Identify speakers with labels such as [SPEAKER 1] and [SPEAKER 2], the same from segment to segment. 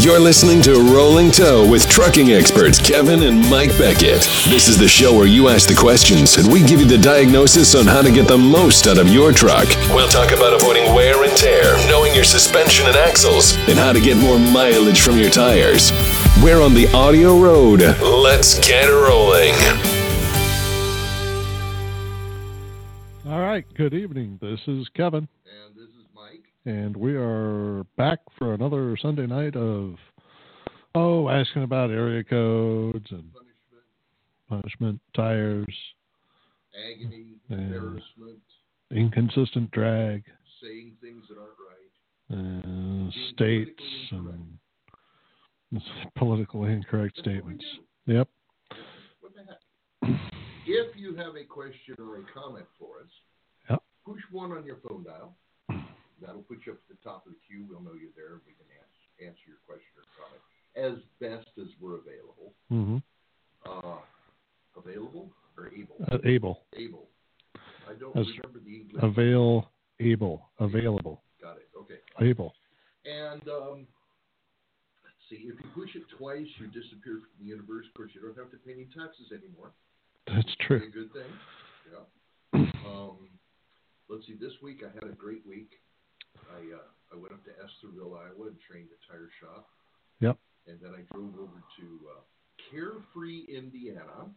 [SPEAKER 1] You're listening to Rolling Toe with trucking experts Kevin and Mike Beckett. This is the show where you ask the questions and we give you the diagnosis on how to get the most out of your truck. We'll talk about avoiding wear and tear, knowing your suspension and axles, and how to get more mileage from your tires. We're on the audio road. Let's get rolling.
[SPEAKER 2] All right. Good evening. This is Kevin,
[SPEAKER 3] And this is Mike.
[SPEAKER 2] and we are back for another Sunday night of oh, asking about area codes and
[SPEAKER 3] Punishment,
[SPEAKER 2] punishment, tires,
[SPEAKER 3] agony,
[SPEAKER 2] Yeah.
[SPEAKER 3] embarrassment,
[SPEAKER 2] inconsistent drag,
[SPEAKER 3] saying things that aren't right.
[SPEAKER 2] uh, states, and politically incorrect
[SPEAKER 3] That's what we
[SPEAKER 2] statements.
[SPEAKER 3] do.
[SPEAKER 2] Yep.
[SPEAKER 3] What the heck? If you have a question or a comment for us,
[SPEAKER 2] Yep.
[SPEAKER 3] push one on your phone dial. That'll put you up at the top of the queue. We'll know you're there. We can ans- answer your question or comment as best as we're available.
[SPEAKER 2] hmm
[SPEAKER 3] Uh, available or able?
[SPEAKER 2] Uh, able,
[SPEAKER 3] able. I don't
[SPEAKER 2] As-
[SPEAKER 3] remember the English.
[SPEAKER 2] avail, able, available,
[SPEAKER 3] Got it. Okay.
[SPEAKER 2] able.
[SPEAKER 3] And um, let's see, if you push it twice, you disappear from the universe. Of course, you don't have to pay any taxes anymore.
[SPEAKER 2] That's
[SPEAKER 3] Be a
[SPEAKER 2] true.
[SPEAKER 3] good thing. Yeah. Um, let's see. This week I had a great week. I uh, I went up to Estherville, Iowa, and trained at tire shop.
[SPEAKER 2] Yep.
[SPEAKER 3] And then I drove over to uh, Carefree, Indiana.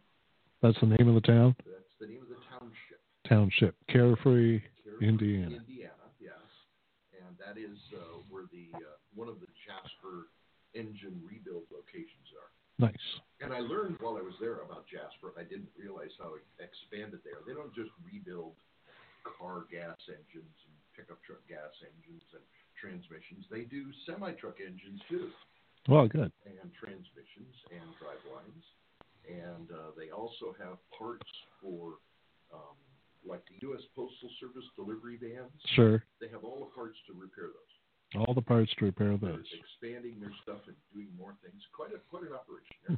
[SPEAKER 2] That's the name of the town,
[SPEAKER 3] That's the name of the township.
[SPEAKER 2] township, Carefree.
[SPEAKER 3] Carefree,
[SPEAKER 2] Indiana.
[SPEAKER 3] Indiana, yes. And that is uh, where the uh, one of the Jasper engine rebuild locations are.
[SPEAKER 2] Nice.
[SPEAKER 3] And I learned while I was there about Jasper. I didn't realize how it expanded there. They don't just rebuild car gas engines and pickup truck gas engines and transmissions. They do semi truck engines too,
[SPEAKER 2] Well, good.
[SPEAKER 3] and transmissions and drivelines. And uh, they also have parts for um, like the U.S. Postal Service delivery vans.
[SPEAKER 2] Sure.
[SPEAKER 3] They have all the parts to repair those.
[SPEAKER 2] All the parts to repair
[SPEAKER 3] They're
[SPEAKER 2] those.
[SPEAKER 3] expanding their stuff and doing more things. Quite a quite an operation there.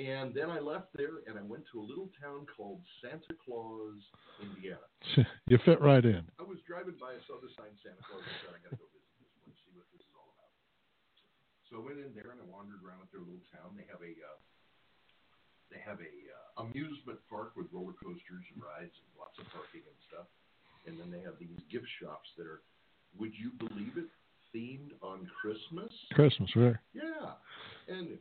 [SPEAKER 3] and then I left there and I went to a little town called Santa Claus, Indiana.
[SPEAKER 2] you fit right in.
[SPEAKER 3] I was driving by, I saw the sign Santa Claus. I said, I got to go visit this one, see what this is all about. So I went in there and I wandered around at their little town. They have a uh, they have a uh, amusement park with roller coasters and rides and lots of parking and stuff. And then they have these gift shops that are, would you believe it, themed on Christmas.
[SPEAKER 2] Christmas, right?
[SPEAKER 3] Yeah. And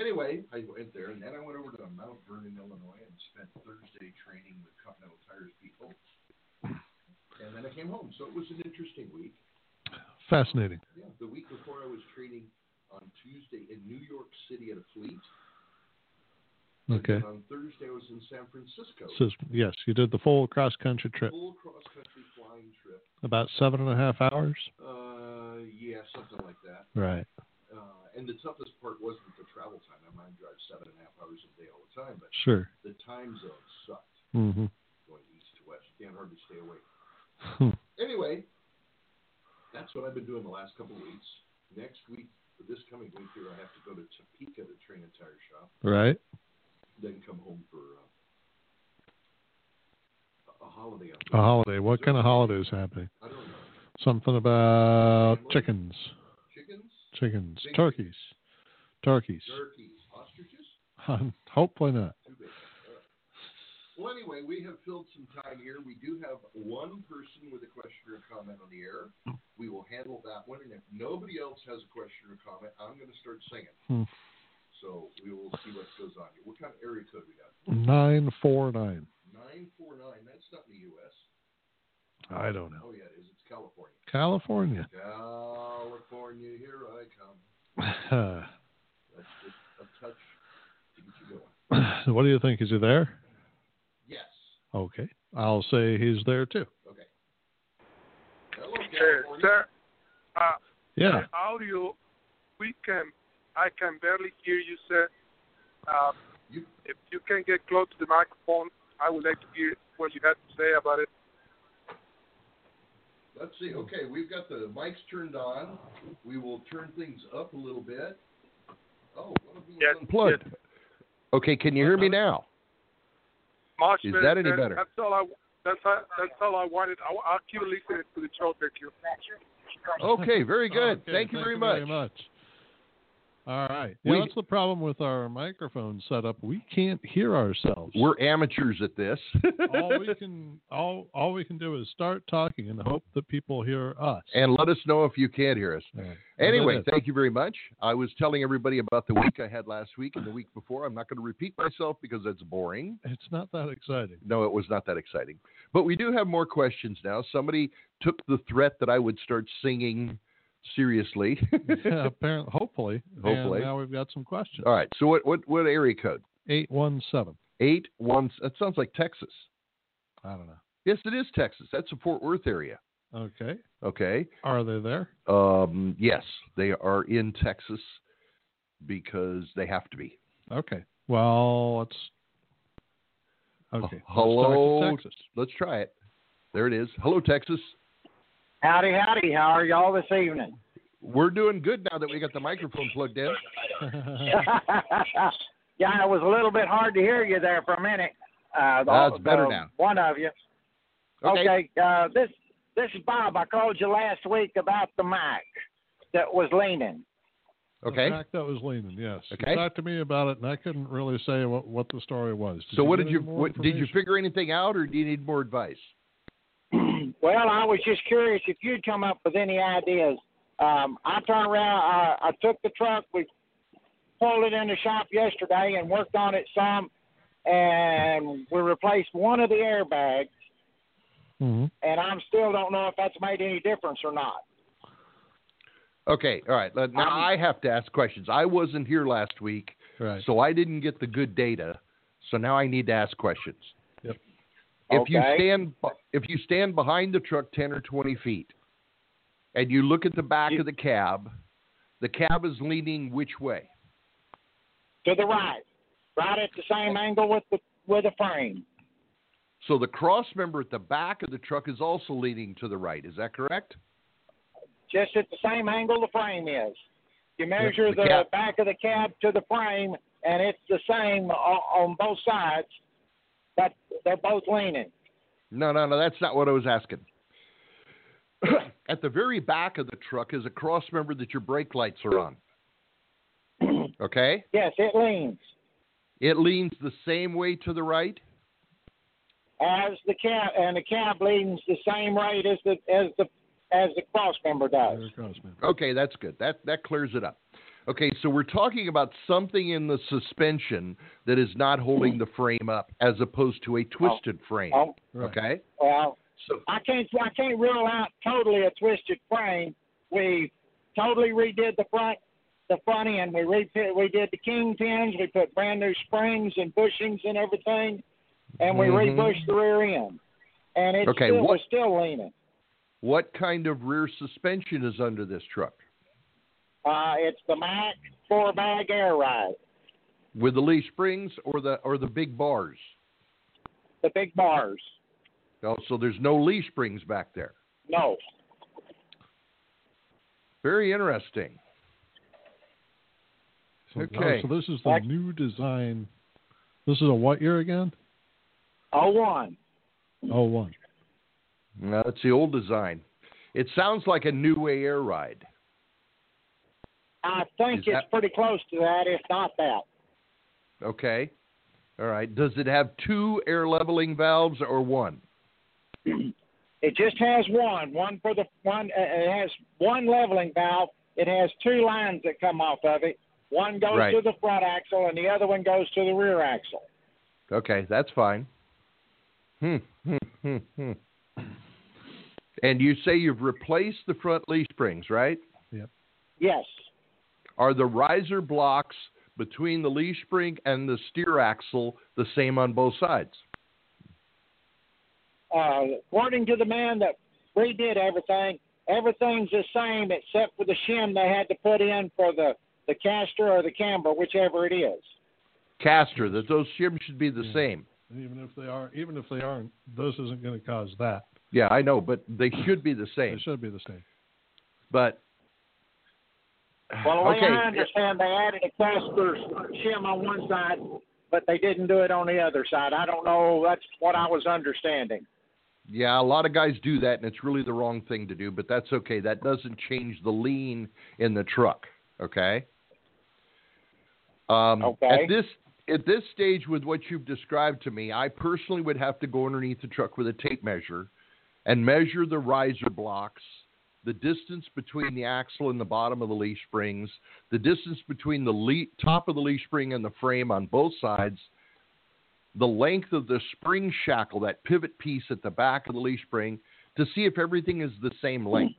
[SPEAKER 3] anyway, I went there, and then I went over to Mount Vernon, Illinois, and spent Thursday training with Continental Tires people. And then I came home. So it was an interesting week.
[SPEAKER 2] Fascinating.
[SPEAKER 3] Yeah. The week before, I was training on Tuesday in New York City at a fleet.
[SPEAKER 2] Okay.
[SPEAKER 3] And on Thursday, I was in San Francisco.
[SPEAKER 2] So yes, you did the full cross country trip,
[SPEAKER 3] Full cross country flying trip.
[SPEAKER 2] about seven and a half hours.
[SPEAKER 3] Uh, yeah, something like that.
[SPEAKER 2] Right.
[SPEAKER 3] Uh, and the toughest part wasn't the travel time. I mind drive seven and a half hours a day all the time, but
[SPEAKER 2] Sure.
[SPEAKER 3] the time zone sucked.
[SPEAKER 2] Mm-hmm.
[SPEAKER 3] going east to west. Can't hardly stay awake. Anyway, that's what I've been doing the last couple of weeks. Next week, this coming week here, I have to go to Topeka to train a tire shop,
[SPEAKER 2] right.
[SPEAKER 3] then come home for uh, a- a holiday. on
[SPEAKER 2] A holiday. What kind of holiday is happening?
[SPEAKER 3] I don't know.
[SPEAKER 2] Something about chickens,
[SPEAKER 3] Chickens,
[SPEAKER 2] chickens, turkeys, turkeys.
[SPEAKER 3] turkeys, ostriches?
[SPEAKER 2] Hopefully not.
[SPEAKER 3] Too big. All right. Well, anyway, we have filled some time here. We do have one person with a question or comment on the air. We will handle that one, and if nobody else has a question or comment, I'm going to start singing.
[SPEAKER 2] Hmm.
[SPEAKER 3] So we will see what goes on here. What kind of area code we got?
[SPEAKER 2] Nine four nine.
[SPEAKER 3] Nine four nine. That's not in the U.S.
[SPEAKER 2] I don't know.
[SPEAKER 3] Oh yeah, it is. It's California.
[SPEAKER 2] California.
[SPEAKER 3] California, here I come. That's just a touch to get you going.
[SPEAKER 2] what do you think? Is he there?
[SPEAKER 3] Yes.
[SPEAKER 2] Okay. I'll say he's there too.
[SPEAKER 3] Okay. Hello,
[SPEAKER 4] Yes,
[SPEAKER 3] California.
[SPEAKER 4] sir. Uh,
[SPEAKER 2] Yeah.
[SPEAKER 4] The audio, we can, I can barely hear you, sir. Uh,
[SPEAKER 3] You-
[SPEAKER 4] if you can get close to the microphone, I would like to hear what you have to say about it.
[SPEAKER 3] Let's see. Okay, we've got the mics turned on. We will turn things up a little bit. Oh, one of these
[SPEAKER 4] Yes.
[SPEAKER 3] unplugged. Okay, can you hear me now?
[SPEAKER 4] Much
[SPEAKER 3] Is
[SPEAKER 4] better,
[SPEAKER 3] that any
[SPEAKER 4] sir.
[SPEAKER 3] better?
[SPEAKER 4] That's all I. That's all, that's all I wanted. I, I'll keep listening to the show. Thank you.
[SPEAKER 3] Okay, very
[SPEAKER 2] Okay, thank Oh, you very much. All right. Yeah,
[SPEAKER 3] We-
[SPEAKER 2] that's the problem with our microphone setup. We can't hear ourselves.
[SPEAKER 3] We're amateurs at this.
[SPEAKER 2] all we can all all we can do is start talking and hope that people hear us.
[SPEAKER 3] and let us know if you can't hear us.
[SPEAKER 2] Yeah.
[SPEAKER 3] Anyway,
[SPEAKER 2] That's it.
[SPEAKER 3] thank you very much. I was telling everybody about the week I had last week and the week before. I'm not going to repeat myself because that's boring.
[SPEAKER 2] it's not that exciting.
[SPEAKER 3] No, it was not that exciting. But we do have more questions now. Somebody took the threat that I would start singing seriously.
[SPEAKER 2] yeah, apparently, hopefully. And
[SPEAKER 3] Hopefully. Oh.
[SPEAKER 2] now we've got some questions.
[SPEAKER 3] All right. So what what what area code?
[SPEAKER 2] Eight one seven.
[SPEAKER 3] Eight one. That sounds like Texas.
[SPEAKER 2] I don't know.
[SPEAKER 3] Yes, it is Texas. That's the Fort Worth area.
[SPEAKER 2] Okay.
[SPEAKER 3] Okay.
[SPEAKER 2] Are they there?
[SPEAKER 3] Um, yes, they are in Texas because they have to be.
[SPEAKER 2] Okay. Well, let's. Okay.
[SPEAKER 3] hello?
[SPEAKER 2] Let's talk to Texas.
[SPEAKER 3] Let's try it. There it is. Hello, Texas.
[SPEAKER 5] Howdy, howdy. How are y'all this evening?
[SPEAKER 3] We're doing good now that we got the microphone plugged in.
[SPEAKER 5] yeah, it was a little bit hard to hear you there for a minute. Uh, the-
[SPEAKER 3] Ah, it's better
[SPEAKER 5] the-
[SPEAKER 3] now.
[SPEAKER 5] One of you. Okay. uh, this this is Bob. I called you last week about the mic that was leaning.
[SPEAKER 2] The
[SPEAKER 3] Okay.
[SPEAKER 2] fact that was leaning, yes.
[SPEAKER 3] Okay.
[SPEAKER 2] You talked to me about it, and I couldn't really say what, what the story was.
[SPEAKER 3] So what
[SPEAKER 2] get
[SPEAKER 3] did you
[SPEAKER 2] any more
[SPEAKER 3] what, did you
[SPEAKER 2] information?
[SPEAKER 3] figure anything out, or do you need more advice?
[SPEAKER 5] well, I was just curious if you'd come up with any ideas. Um, I turned around. I, I took the truck. We pulled it in the shop yesterday and worked on it some, and we replaced one of the airbags.
[SPEAKER 2] Mhm.
[SPEAKER 5] And I'm still don't know if that's made any difference or not.
[SPEAKER 3] Okay, all right. let- Now I have to ask questions. I wasn't here last week,
[SPEAKER 2] Right.
[SPEAKER 3] so I didn't get the good data. So now I need to ask questions.
[SPEAKER 2] Yep.
[SPEAKER 3] If you
[SPEAKER 5] Okay.
[SPEAKER 3] stand bu- if you stand behind the truck ten or twenty feet, and you look at the back
[SPEAKER 5] You-
[SPEAKER 3] of the cab, the cab is leaning which way?
[SPEAKER 5] To the right, right at the same angle with the with the frame.
[SPEAKER 3] So the cross member at the back of the truck is also leaning to the right. Is that correct?
[SPEAKER 5] just at the same angle the frame is. You measure
[SPEAKER 3] the
[SPEAKER 5] the,
[SPEAKER 3] cab.
[SPEAKER 5] back of the cab to the frame, and it's the same o- on both sides, but they're both leaning.
[SPEAKER 3] No, no, no. That's not what I was asking. At the very back of the truck is a cross member that your brake lights are on. Okay?
[SPEAKER 5] Yes, it leans
[SPEAKER 3] It leans the same way to the right.
[SPEAKER 5] as the cab, and the cab leans the same rate as the as the as the cross member does.
[SPEAKER 2] There it goes, man.
[SPEAKER 3] Okay, that's good. That that clears it up. Okay, so we're talking about something in the suspension that is not holding the frame up as opposed to a twisted frame.
[SPEAKER 5] Oh,
[SPEAKER 2] Right.
[SPEAKER 3] Okay?
[SPEAKER 5] well,
[SPEAKER 3] So
[SPEAKER 5] I can't I can't rule out totally a twisted frame. We totally redid the front the front end. We refit we did the king pins. We put brand new springs and bushings and everything, and we
[SPEAKER 3] Mhm.
[SPEAKER 5] rebushed the rear end. And it
[SPEAKER 3] Okay,
[SPEAKER 5] still
[SPEAKER 3] what-
[SPEAKER 5] was still leaning.
[SPEAKER 3] what kind of rear suspension is under this truck?
[SPEAKER 5] Uh, it's the Mac four bag air ride,
[SPEAKER 3] With the leaf springs or the or the big bars?
[SPEAKER 5] the big bars.
[SPEAKER 3] Oh, so there's no leaf springs back there.
[SPEAKER 5] No,
[SPEAKER 3] Very interesting.
[SPEAKER 2] So,
[SPEAKER 3] Okay.
[SPEAKER 2] oh, so this is the
[SPEAKER 5] Back-
[SPEAKER 2] new design. This is a what year again?
[SPEAKER 5] oh one.
[SPEAKER 2] Oh, one.
[SPEAKER 3] No, it's the old design. It sounds like a new way air ride.
[SPEAKER 5] I think
[SPEAKER 3] Is
[SPEAKER 5] it's
[SPEAKER 3] that-
[SPEAKER 5] pretty close to that, if not that.
[SPEAKER 3] Okay. All right. Does it have two air leveling valves or one?
[SPEAKER 5] It just has one, one for the one. Uh, it has one leveling valve. It has two lines that come off of it. One goes
[SPEAKER 3] Right.
[SPEAKER 5] to the front axle, and the other one goes to the rear axle.
[SPEAKER 3] Okay, that's fine. Hmm, hmm, hmm, hmm. And you say you've replaced the front leaf springs, right?
[SPEAKER 5] Yes,
[SPEAKER 3] Are the riser blocks between the leaf spring and the steer axle the same on both sides?
[SPEAKER 5] uh, according to the man that redid everything, everything's the same except for the shim they had to put in for the the caster or the camber, whichever it is.
[SPEAKER 3] Caster, that those shims should be the
[SPEAKER 2] Yeah.
[SPEAKER 3] same.
[SPEAKER 2] And even if they are, even if they aren't, this isn't going to cause that.
[SPEAKER 3] Yeah, I know, but they should be the
[SPEAKER 2] They
[SPEAKER 3] same.
[SPEAKER 2] should be the same.
[SPEAKER 3] But
[SPEAKER 5] Well, the way I
[SPEAKER 3] okay,
[SPEAKER 5] understand, they added a caster shim on one side, but they didn't do it on the other side. I don't know. That's what I was understanding.
[SPEAKER 3] yeah, a lot of guys do that, and it's really the wrong thing to do. But that's okay. That doesn't change the lean in the truck. Okay. Um,
[SPEAKER 5] Okay.
[SPEAKER 3] At this at this stage, with what you've described to me, I personally would have to go underneath the truck with a tape measure and measure the riser blocks, the distance between the axle and the bottom of the leaf springs, the distance between the le- top of the leaf spring and the frame on both sides, the length of the spring shackle, that pivot piece at the back of the leaf spring, to see if everything is the same length.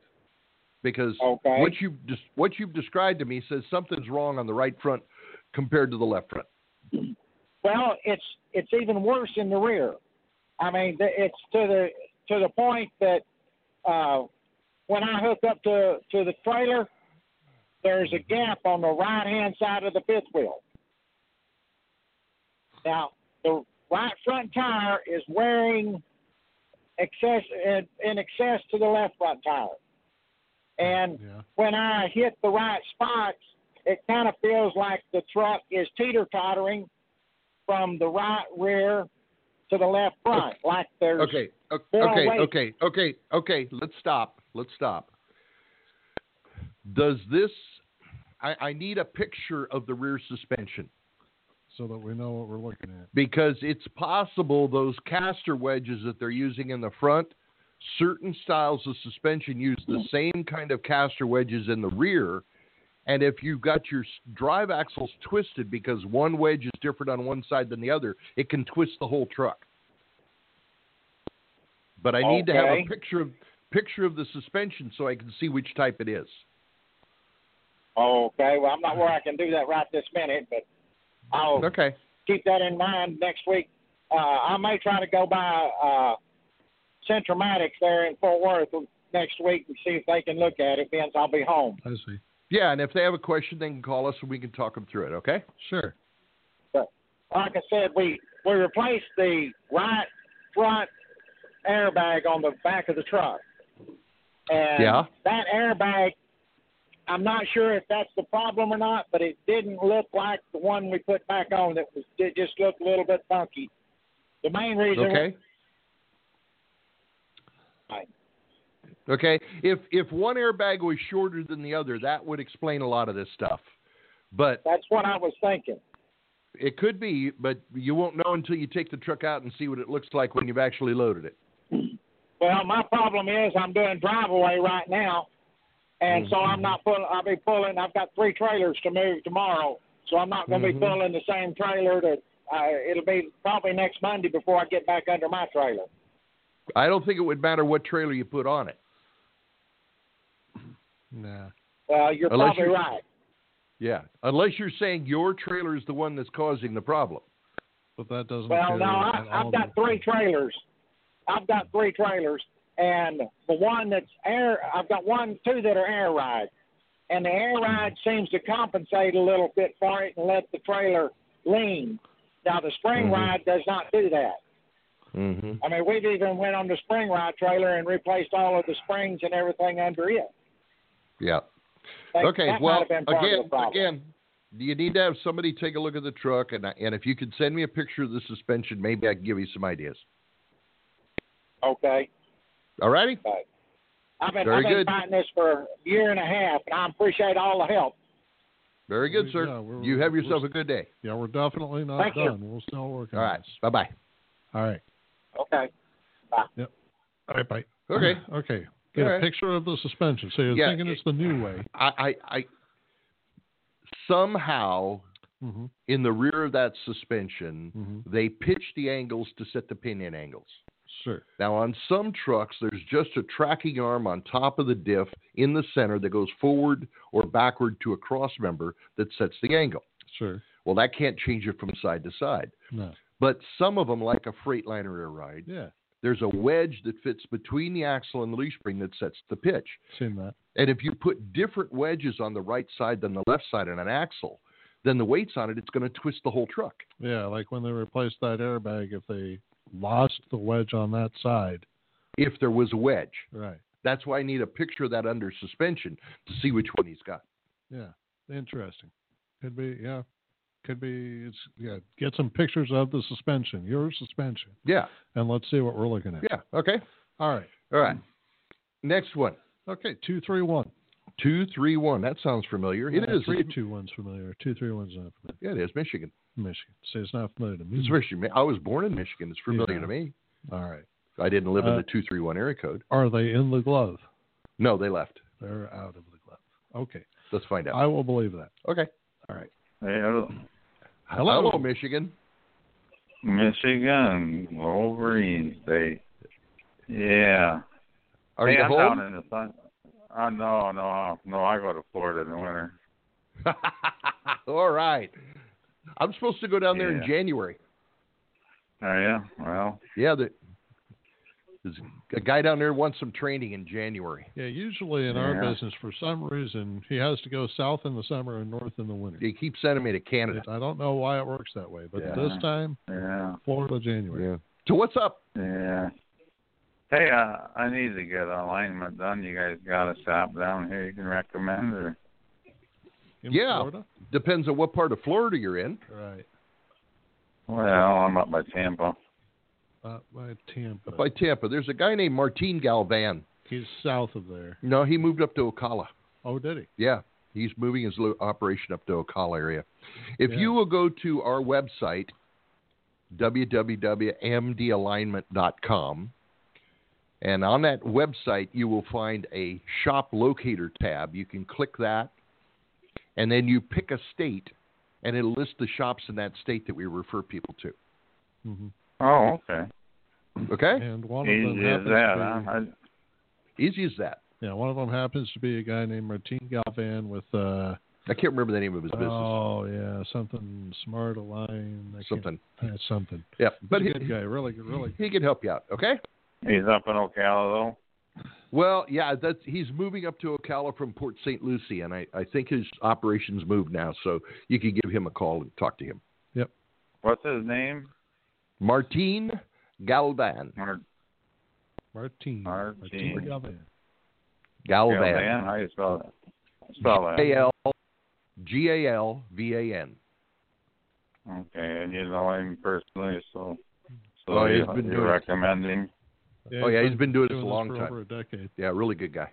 [SPEAKER 3] Because
[SPEAKER 5] Okay.
[SPEAKER 3] what you've des- what you've described to me says something's wrong on the right front compared to the left front.
[SPEAKER 5] Well, it's it's even worse in the rear. I mean, th- it's to the to the point that uh, when I hook up to to the trailer, there's a gap on the right hand side of the fifth wheel. Now, the right front tire is wearing excess in, in excess to the left front tire, and
[SPEAKER 2] Yeah.
[SPEAKER 5] when I hit the right spots, it kind of feels like the truck is teeter tottering from the right rear to the left front, like there's
[SPEAKER 3] Okay, o-
[SPEAKER 5] They're
[SPEAKER 3] okay,
[SPEAKER 5] all
[SPEAKER 3] okay, okay, okay. Let's stop. Let's stop. Does this? I, I need a picture of the rear suspension
[SPEAKER 2] So that we know what we're looking at.
[SPEAKER 3] because it's possible those caster wedges that they're using in the front, certain styles of suspension use the same kind of caster wedges in the rear. And if you've got your s- drive axles twisted because one wedge is different on one side than the other, it can twist the whole truck. But I need to have a
[SPEAKER 5] Okay.
[SPEAKER 3] picture of picture of the suspension so I can see which type it is.
[SPEAKER 5] okay, well I'm not where I can do that right this minute, but I'll
[SPEAKER 3] Okay.
[SPEAKER 5] keep that in mind next week. Uh, I may try to go by uh, Centromatics there in Fort Worth next week and see if they can look at it. Vince, I'll be home.
[SPEAKER 2] I see.
[SPEAKER 3] Yeah, and if they have a question, they can call us and we can talk them through it. Okay.
[SPEAKER 2] Sure.
[SPEAKER 5] like I said, we we replaced the right front airbag on the back of the truck, and
[SPEAKER 3] Yeah.
[SPEAKER 5] that airbag, I'm not sure if that's the problem or not, but it didn't look like the one we put back on. That was it just looked a little bit funky. The main reason,
[SPEAKER 3] Okay.
[SPEAKER 5] Right.
[SPEAKER 3] Okay. If if one airbag was shorter than the other, that would explain a lot of this stuff. But
[SPEAKER 5] that's what I was thinking.
[SPEAKER 3] it could be, but you won't know until you take the truck out and see what it looks like when you've actually loaded it.
[SPEAKER 5] Well, my problem is I'm doing drive away right now, and so
[SPEAKER 3] Mm-hmm.
[SPEAKER 5] I'm not pulling. I'll be pulling. I've got three trailers to move tomorrow, so I'm not going to
[SPEAKER 3] Mm-hmm.
[SPEAKER 5] be pulling the same trailer. To uh, it'll be probably next Monday before I get back under my trailer.
[SPEAKER 3] I don't think it would matter what trailer you put on it.
[SPEAKER 2] Nah.
[SPEAKER 5] Well, you're
[SPEAKER 3] Unless
[SPEAKER 5] probably
[SPEAKER 3] you-
[SPEAKER 5] right.
[SPEAKER 3] Yeah. Unless you're saying your trailer is the one that's causing the problem.
[SPEAKER 2] But that doesn't.
[SPEAKER 5] Well,
[SPEAKER 2] carry
[SPEAKER 5] no, I,
[SPEAKER 2] at all
[SPEAKER 5] I've got
[SPEAKER 2] the-
[SPEAKER 5] three trailers. I've got three trailers, and the one that's air, I've got one, two that are air ride, and the air ride seems to compensate a little bit for it and let the trailer lean. Now the spring ride does not do that.
[SPEAKER 3] Mm-hmm.
[SPEAKER 5] I mean, we've even went on the spring ride trailer and replaced all of the springs and everything under it.
[SPEAKER 3] Yeah.
[SPEAKER 5] That-
[SPEAKER 3] okay.
[SPEAKER 5] that
[SPEAKER 3] well,
[SPEAKER 5] might have been part of
[SPEAKER 3] again,
[SPEAKER 5] the problem.
[SPEAKER 3] again, you need to have somebody take a look at the truck, and and if you could send me a picture of the suspension, maybe I can give you some ideas.
[SPEAKER 5] Okay.
[SPEAKER 3] All righty.
[SPEAKER 5] I've been,
[SPEAKER 3] Very
[SPEAKER 5] I've been
[SPEAKER 3] good.
[SPEAKER 5] fighting this for a year and a half, and I appreciate all the help.
[SPEAKER 3] Very good,
[SPEAKER 2] We-
[SPEAKER 3] sir.
[SPEAKER 2] yeah, we're-
[SPEAKER 3] you have
[SPEAKER 2] we're-
[SPEAKER 3] yourself a good day.
[SPEAKER 2] Yeah, we're definitely not
[SPEAKER 5] Thank you.
[SPEAKER 2] done. We'll still work on
[SPEAKER 3] All right.
[SPEAKER 2] this.
[SPEAKER 3] Bye bye.
[SPEAKER 2] All right.
[SPEAKER 5] Okay.
[SPEAKER 2] All right. Bye.
[SPEAKER 3] Okay.
[SPEAKER 2] Okay. Get
[SPEAKER 3] All
[SPEAKER 2] a
[SPEAKER 3] right.
[SPEAKER 2] picture of the suspension. So you're
[SPEAKER 3] Yeah,
[SPEAKER 2] thinking it's the new way.
[SPEAKER 3] I, I, I somehow
[SPEAKER 2] hmm
[SPEAKER 3] in the rear of that suspension,
[SPEAKER 2] hmm
[SPEAKER 3] they pitch the angles to set the pinion angles.
[SPEAKER 2] Sure.
[SPEAKER 3] Now, on some trucks, there's just a tracking arm on top of the diff in the center that goes forward or backward to a cross member that sets the angle.
[SPEAKER 2] Sure.
[SPEAKER 3] Well, that can't change it from side to side.
[SPEAKER 2] No.
[SPEAKER 3] But some of them, like a Freightliner air ride,
[SPEAKER 2] Yeah.
[SPEAKER 3] there's a wedge that fits between the axle and the leaf spring that sets the pitch.
[SPEAKER 2] Seen that.
[SPEAKER 3] And if you put different wedges on the right side than the left side on an axle, then the weights on it, it's going to twist the whole truck.
[SPEAKER 2] Yeah. Like when they replaced that airbag, if they lost the wedge on that side.
[SPEAKER 3] If there was a wedge,
[SPEAKER 2] Right.
[SPEAKER 3] that's why I need a picture of that under suspension to see which one he's got.
[SPEAKER 2] Yeah. Interesting. Could be. Yeah. Could be. It's yeah. Get some pictures of the suspension, your suspension,
[SPEAKER 3] Yeah,
[SPEAKER 2] and let's see what we're looking at.
[SPEAKER 3] yeah, okay,
[SPEAKER 2] All right.
[SPEAKER 3] all right. Next one.
[SPEAKER 2] Okay. Two three one.
[SPEAKER 3] Two, three, one. That sounds familiar. It
[SPEAKER 2] Uh,
[SPEAKER 3] is.
[SPEAKER 2] Three two one's familiar. Two three one's not familiar.
[SPEAKER 3] Yeah, it is Michigan.
[SPEAKER 2] Michigan. See, it's not familiar to me.
[SPEAKER 3] It's Michigan. I was born in Michigan. It's familiar
[SPEAKER 2] Yeah.
[SPEAKER 3] to me.
[SPEAKER 2] All right.
[SPEAKER 3] I didn't live in
[SPEAKER 2] Uh,
[SPEAKER 3] the two three one area code.
[SPEAKER 2] Are they in the glove?
[SPEAKER 3] No, they left.
[SPEAKER 2] They're out of the glove. Okay.
[SPEAKER 3] Let's find out.
[SPEAKER 2] I will believe that.
[SPEAKER 3] okay.
[SPEAKER 6] Hello,
[SPEAKER 2] Hello.
[SPEAKER 3] Michigan.
[SPEAKER 6] Michigan Wolverines. They, yeah.
[SPEAKER 3] Are
[SPEAKER 6] hey,
[SPEAKER 3] you
[SPEAKER 6] I'm
[SPEAKER 3] home?
[SPEAKER 6] down in the sun. Uh, no, no, no. I go to Florida in the winter.
[SPEAKER 3] All right. I'm supposed to go down there in
[SPEAKER 6] Yeah.
[SPEAKER 3] January.
[SPEAKER 6] Oh yeah. Well,
[SPEAKER 3] Yeah, the, there's a guy down there wants some training in January.
[SPEAKER 2] Yeah, usually in our
[SPEAKER 6] Yeah.
[SPEAKER 2] business, for some reason, he has to go south in the summer and north in the winter.
[SPEAKER 3] They keep sending me to Canada.
[SPEAKER 2] I don't know why it works that way, but
[SPEAKER 3] Yeah.
[SPEAKER 2] this time,
[SPEAKER 6] yeah,
[SPEAKER 2] Florida, January.
[SPEAKER 3] So what's up?
[SPEAKER 6] yeah. Hey, uh, I need to get alignment done. You guys got a shop down here you can recommend, or
[SPEAKER 2] In
[SPEAKER 3] Yeah.
[SPEAKER 2] Florida?
[SPEAKER 3] Depends on what part of Florida you're in.
[SPEAKER 2] Right.
[SPEAKER 6] well, I'm up by Tampa.
[SPEAKER 2] Up Uh, by Tampa.
[SPEAKER 3] By Tampa, there's a guy named Martin Galvan.
[SPEAKER 2] He's south of there.
[SPEAKER 3] No, he moved up to Ocala.
[SPEAKER 2] Oh, did he?
[SPEAKER 3] Yeah, he's moving his lo- operation up to Ocala area. If
[SPEAKER 2] Yeah.
[SPEAKER 3] you will go to our website, www.mdalignment.com, and on that website, you will find a shop locator tab. You can click that, and then you pick a state, and it'll list the shops in that state that we refer people to.
[SPEAKER 2] hmm
[SPEAKER 6] Oh, okay.
[SPEAKER 3] Okay?
[SPEAKER 2] And one of them
[SPEAKER 6] Easy as
[SPEAKER 2] happens
[SPEAKER 6] that.
[SPEAKER 2] to
[SPEAKER 6] Huh?
[SPEAKER 2] be,
[SPEAKER 6] I,
[SPEAKER 3] Easy as that.
[SPEAKER 2] yeah, one of them happens to be a guy named Martin Galvan with uh
[SPEAKER 3] I can't remember the name of his business.
[SPEAKER 2] oh yeah something smart align I can't-
[SPEAKER 3] Something.
[SPEAKER 2] uh, something.
[SPEAKER 3] Yeah,
[SPEAKER 2] But
[SPEAKER 3] but
[SPEAKER 2] he's
[SPEAKER 3] he,
[SPEAKER 2] a good guy, really good, really.
[SPEAKER 3] he can help you out. Okay?
[SPEAKER 6] he's up in Ocala though.
[SPEAKER 3] Well, yeah, that's he's moving up to Ocala from Port St. Lucie, and I, I think his operations moved now, so you could give him a call and talk to him.
[SPEAKER 6] What's his name?
[SPEAKER 3] Martin Galvan.
[SPEAKER 6] Mar-
[SPEAKER 2] Martin.
[SPEAKER 6] Martin.
[SPEAKER 2] Galvan.
[SPEAKER 3] Galvan.
[SPEAKER 6] Galvan. How you spell that? Spell that.
[SPEAKER 3] G A L G A L V A N.
[SPEAKER 6] Okay, and you know him personally, so so
[SPEAKER 3] Oh, he's
[SPEAKER 6] you,
[SPEAKER 3] been
[SPEAKER 6] you
[SPEAKER 3] doing it.
[SPEAKER 6] recommend him
[SPEAKER 3] Oh, yeah, he's been doing this a
[SPEAKER 2] doing
[SPEAKER 3] long
[SPEAKER 2] for
[SPEAKER 3] time.
[SPEAKER 2] over a decade.
[SPEAKER 3] Yeah, really good guy.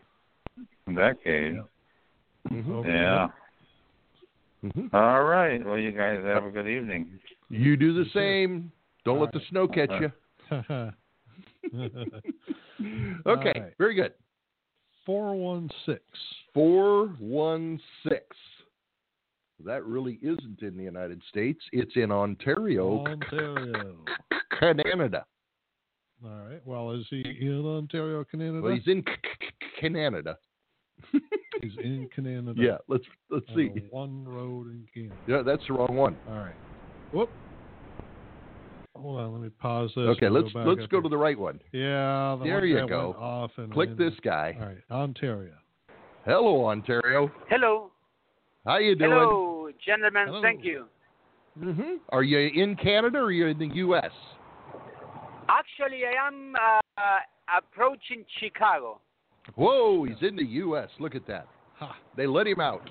[SPEAKER 6] decade.
[SPEAKER 3] Mhm.
[SPEAKER 2] Over a
[SPEAKER 6] Yeah.
[SPEAKER 3] Mhm.
[SPEAKER 6] All right. Well, you guys have a good evening.
[SPEAKER 3] You do the
[SPEAKER 2] You too.
[SPEAKER 3] same. Don't let the snow catch
[SPEAKER 6] All
[SPEAKER 3] you.
[SPEAKER 6] right.
[SPEAKER 2] decade.
[SPEAKER 3] Okay,
[SPEAKER 2] All right.
[SPEAKER 3] very good.
[SPEAKER 2] 416.
[SPEAKER 3] 416. That really isn't in the United States. It's in Ontario,
[SPEAKER 2] Ontario.
[SPEAKER 3] Canada.
[SPEAKER 2] All right. Well, is he in Ontario, Canada?
[SPEAKER 3] Well, he's in C- C- C- Canada.
[SPEAKER 2] He's in Canada.
[SPEAKER 3] Yeah, let's let's
[SPEAKER 2] On
[SPEAKER 3] see.
[SPEAKER 2] a One road in Canada.
[SPEAKER 3] Yeah, that's the wrong one.
[SPEAKER 2] All right. Whoop. Hold on. Let me pause this.
[SPEAKER 3] Okay,
[SPEAKER 2] and
[SPEAKER 3] let's
[SPEAKER 2] go
[SPEAKER 3] let's go to the right one.
[SPEAKER 2] the. Yeah. The
[SPEAKER 3] There
[SPEAKER 2] one
[SPEAKER 3] you
[SPEAKER 2] that
[SPEAKER 3] go.
[SPEAKER 2] Went off and
[SPEAKER 3] Click
[SPEAKER 2] went-
[SPEAKER 3] this guy.
[SPEAKER 2] All right. Ontario.
[SPEAKER 3] Hello, Ontario.
[SPEAKER 7] Hello.
[SPEAKER 3] How you doing?
[SPEAKER 7] Hello, gentlemen.
[SPEAKER 2] Hello.
[SPEAKER 7] Thank you.
[SPEAKER 3] hmm Are you in Canada or are you in the U.S.?
[SPEAKER 7] Actually, I am uh, uh, approaching Chicago.
[SPEAKER 3] Whoa, he's in the U.S. Look at that. Ha, they let him out.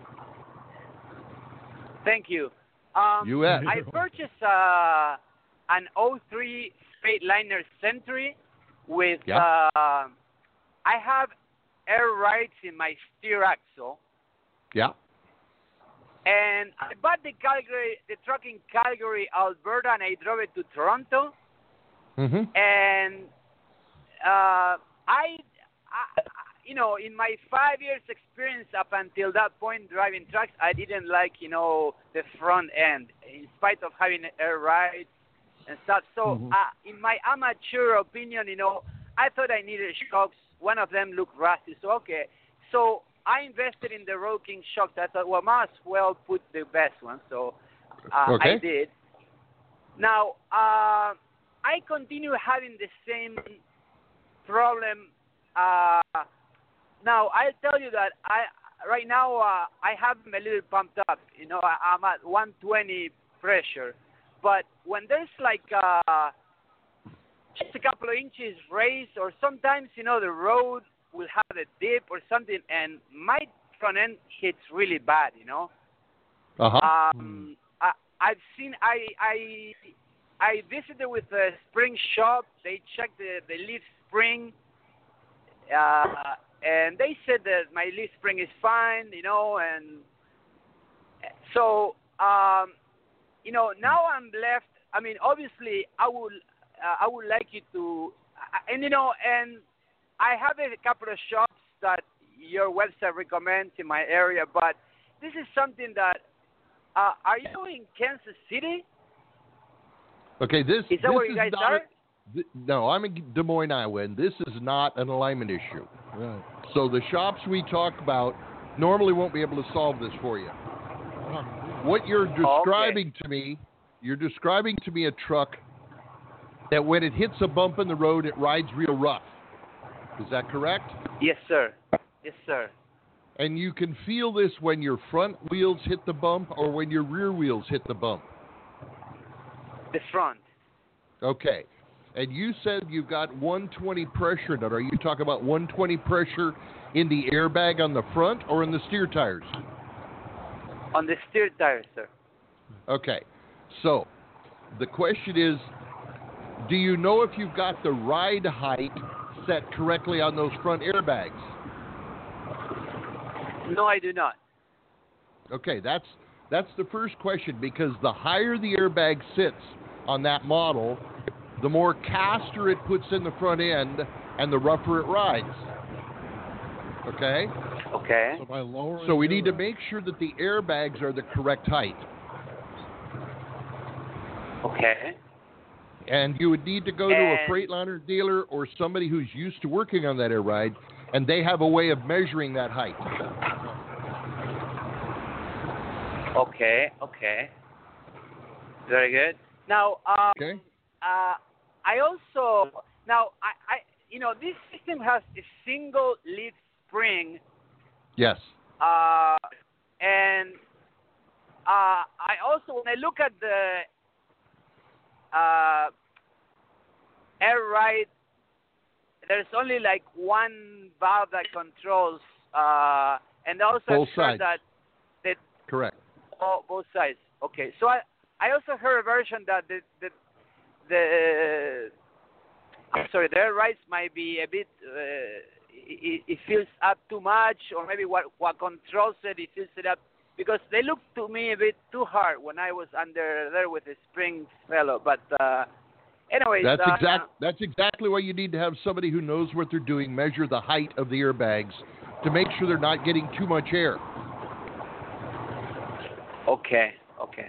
[SPEAKER 7] Thank you. Um,
[SPEAKER 3] U.S.
[SPEAKER 7] I purchased uh, an 03 straight liner Century with.
[SPEAKER 3] Yeah.
[SPEAKER 7] Uh, I have air rights in my steer axle,
[SPEAKER 3] Yeah.
[SPEAKER 7] and I bought the Calgary, the truck in Calgary, Alberta, and I drove it to Toronto.
[SPEAKER 3] hmm
[SPEAKER 7] and uh, I, I, you know, in my five years experience up until that point driving trucks, I didn't like, you know, the front end, in spite of having air rides and stuff. So, uh, in my amateur opinion, you know, I thought I needed shocks. One of them looked rusty, so okay. So I invested in the Road King shocks. I thought, well, might as well put the best one. So uh,
[SPEAKER 3] Okay.
[SPEAKER 7] I did. Now, uh, I continue having the same problem. Uh, now, I'll tell you that I right now uh, I have them a little pumped up. You know, I, I'm at 120 pressure, but when there's like uh, just a couple of inches raise, or sometimes you know the road will have a dip or something, and my front end hits really bad. You know. Uh,
[SPEAKER 3] Uh-huh.
[SPEAKER 7] Um, I, I've seen. I I I visited with a spring shop. They checked the the leaf spring. Uh, and they said that my leaf spring is fine, you know, and so um, you know now I'm left. I mean, obviously, I would uh, I would like you to, I- and you know, and I have a couple of shops that your website recommends in my area, but this is something that. Uh, are you in Kansas City?
[SPEAKER 3] Okay, this
[SPEAKER 7] Is that
[SPEAKER 3] this
[SPEAKER 7] where you
[SPEAKER 3] is
[SPEAKER 7] guys
[SPEAKER 3] not
[SPEAKER 7] are?
[SPEAKER 3] a- th- no, I'm in Des Moines, Iowa, and this is not an alignment issue.
[SPEAKER 2] Right.
[SPEAKER 3] So the shops we talk about normally won't be able to solve this for you. What you're describing to me, you're describing to me a truck that when it hits a bump in the road, it rides real rough. Is that correct?
[SPEAKER 7] Yes, sir. Yes, sir.
[SPEAKER 3] And you can feel this when your front wheels hit the bump or when your rear wheels hit the bump.
[SPEAKER 7] The front.
[SPEAKER 3] Okay. And you said you've got 120 pressure nut. Are you talking about 120 pressure in the airbag on the front or in the steer tires?
[SPEAKER 7] On the steer tire, sir.
[SPEAKER 3] Okay. So the question is do you know if you've got the ride height set correctly on those front airbags?
[SPEAKER 7] No, I do not.
[SPEAKER 3] Okay, that's that's the first question because the higher the airbag sits on that model, the more caster it puts in the front end and the rougher it rides. Okay?
[SPEAKER 7] Okay.
[SPEAKER 2] So by lowering
[SPEAKER 3] So we
[SPEAKER 2] the
[SPEAKER 3] need to
[SPEAKER 2] airbag-
[SPEAKER 3] make sure that the airbags are the correct height.
[SPEAKER 7] Okay.
[SPEAKER 3] And you would need to go to a
[SPEAKER 7] And-
[SPEAKER 3] Freightliner dealer or somebody who's used to working on that air ride, and they have a way of measuring that height.
[SPEAKER 7] Okay. Okay. Very good. Now, um,
[SPEAKER 3] Okay?
[SPEAKER 7] uh, I also now I, I you know this system has a single leaf spring,
[SPEAKER 3] Yes.
[SPEAKER 7] uh, and uh, I also when I look at the uh, air ride, there's only like one valve that controls, uh, and also
[SPEAKER 3] Both
[SPEAKER 7] I'm sure
[SPEAKER 3] sides.
[SPEAKER 7] that that
[SPEAKER 3] Correct.
[SPEAKER 7] Oh, both sides. Okay. So I I also heard a version that the the, the I'm sorry, their rights might be a bit. Uh, it, it fills up too much, or maybe what what controls it, it fills it up because they look to me a bit too hard when I was under there with the spring fellow. But uh, anyways,
[SPEAKER 3] That's
[SPEAKER 7] uh,
[SPEAKER 3] exact. That's exactly why you need to have somebody who knows what they're doing measure the height of the airbags to make sure they're not getting too much air.
[SPEAKER 7] Okay, okay.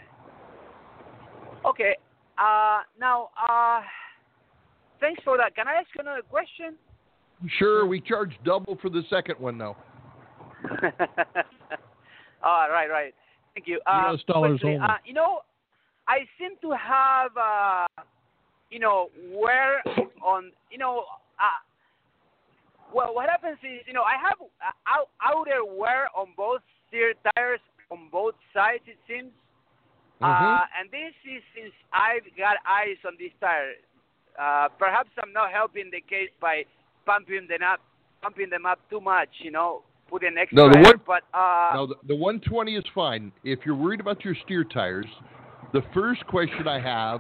[SPEAKER 7] Okay. Uh, now, uh, thanks for that. Can I ask you another question?
[SPEAKER 3] Sure, we charge double for the second one though.
[SPEAKER 7] oh, right, right. Thank you. Uh,
[SPEAKER 2] US dollars
[SPEAKER 7] quickly,
[SPEAKER 2] only.
[SPEAKER 7] Uh, you know, I seem to have, uh, you know, where on, you know, uh, well, what happens is, you know, I have uh, out, outer wear on both steer tires on both sides, it seems.
[SPEAKER 3] Mm-hmm.
[SPEAKER 7] Uh, and this is since I've got eyes on this tire. Uh, perhaps I'm not helping the case by pumping them up, pumping them up too much. You know, put an extra.
[SPEAKER 3] No, the
[SPEAKER 7] air,
[SPEAKER 3] one-
[SPEAKER 7] but uh,
[SPEAKER 3] Now the, the 120 is fine. If you're worried about your steer tires, the first question I have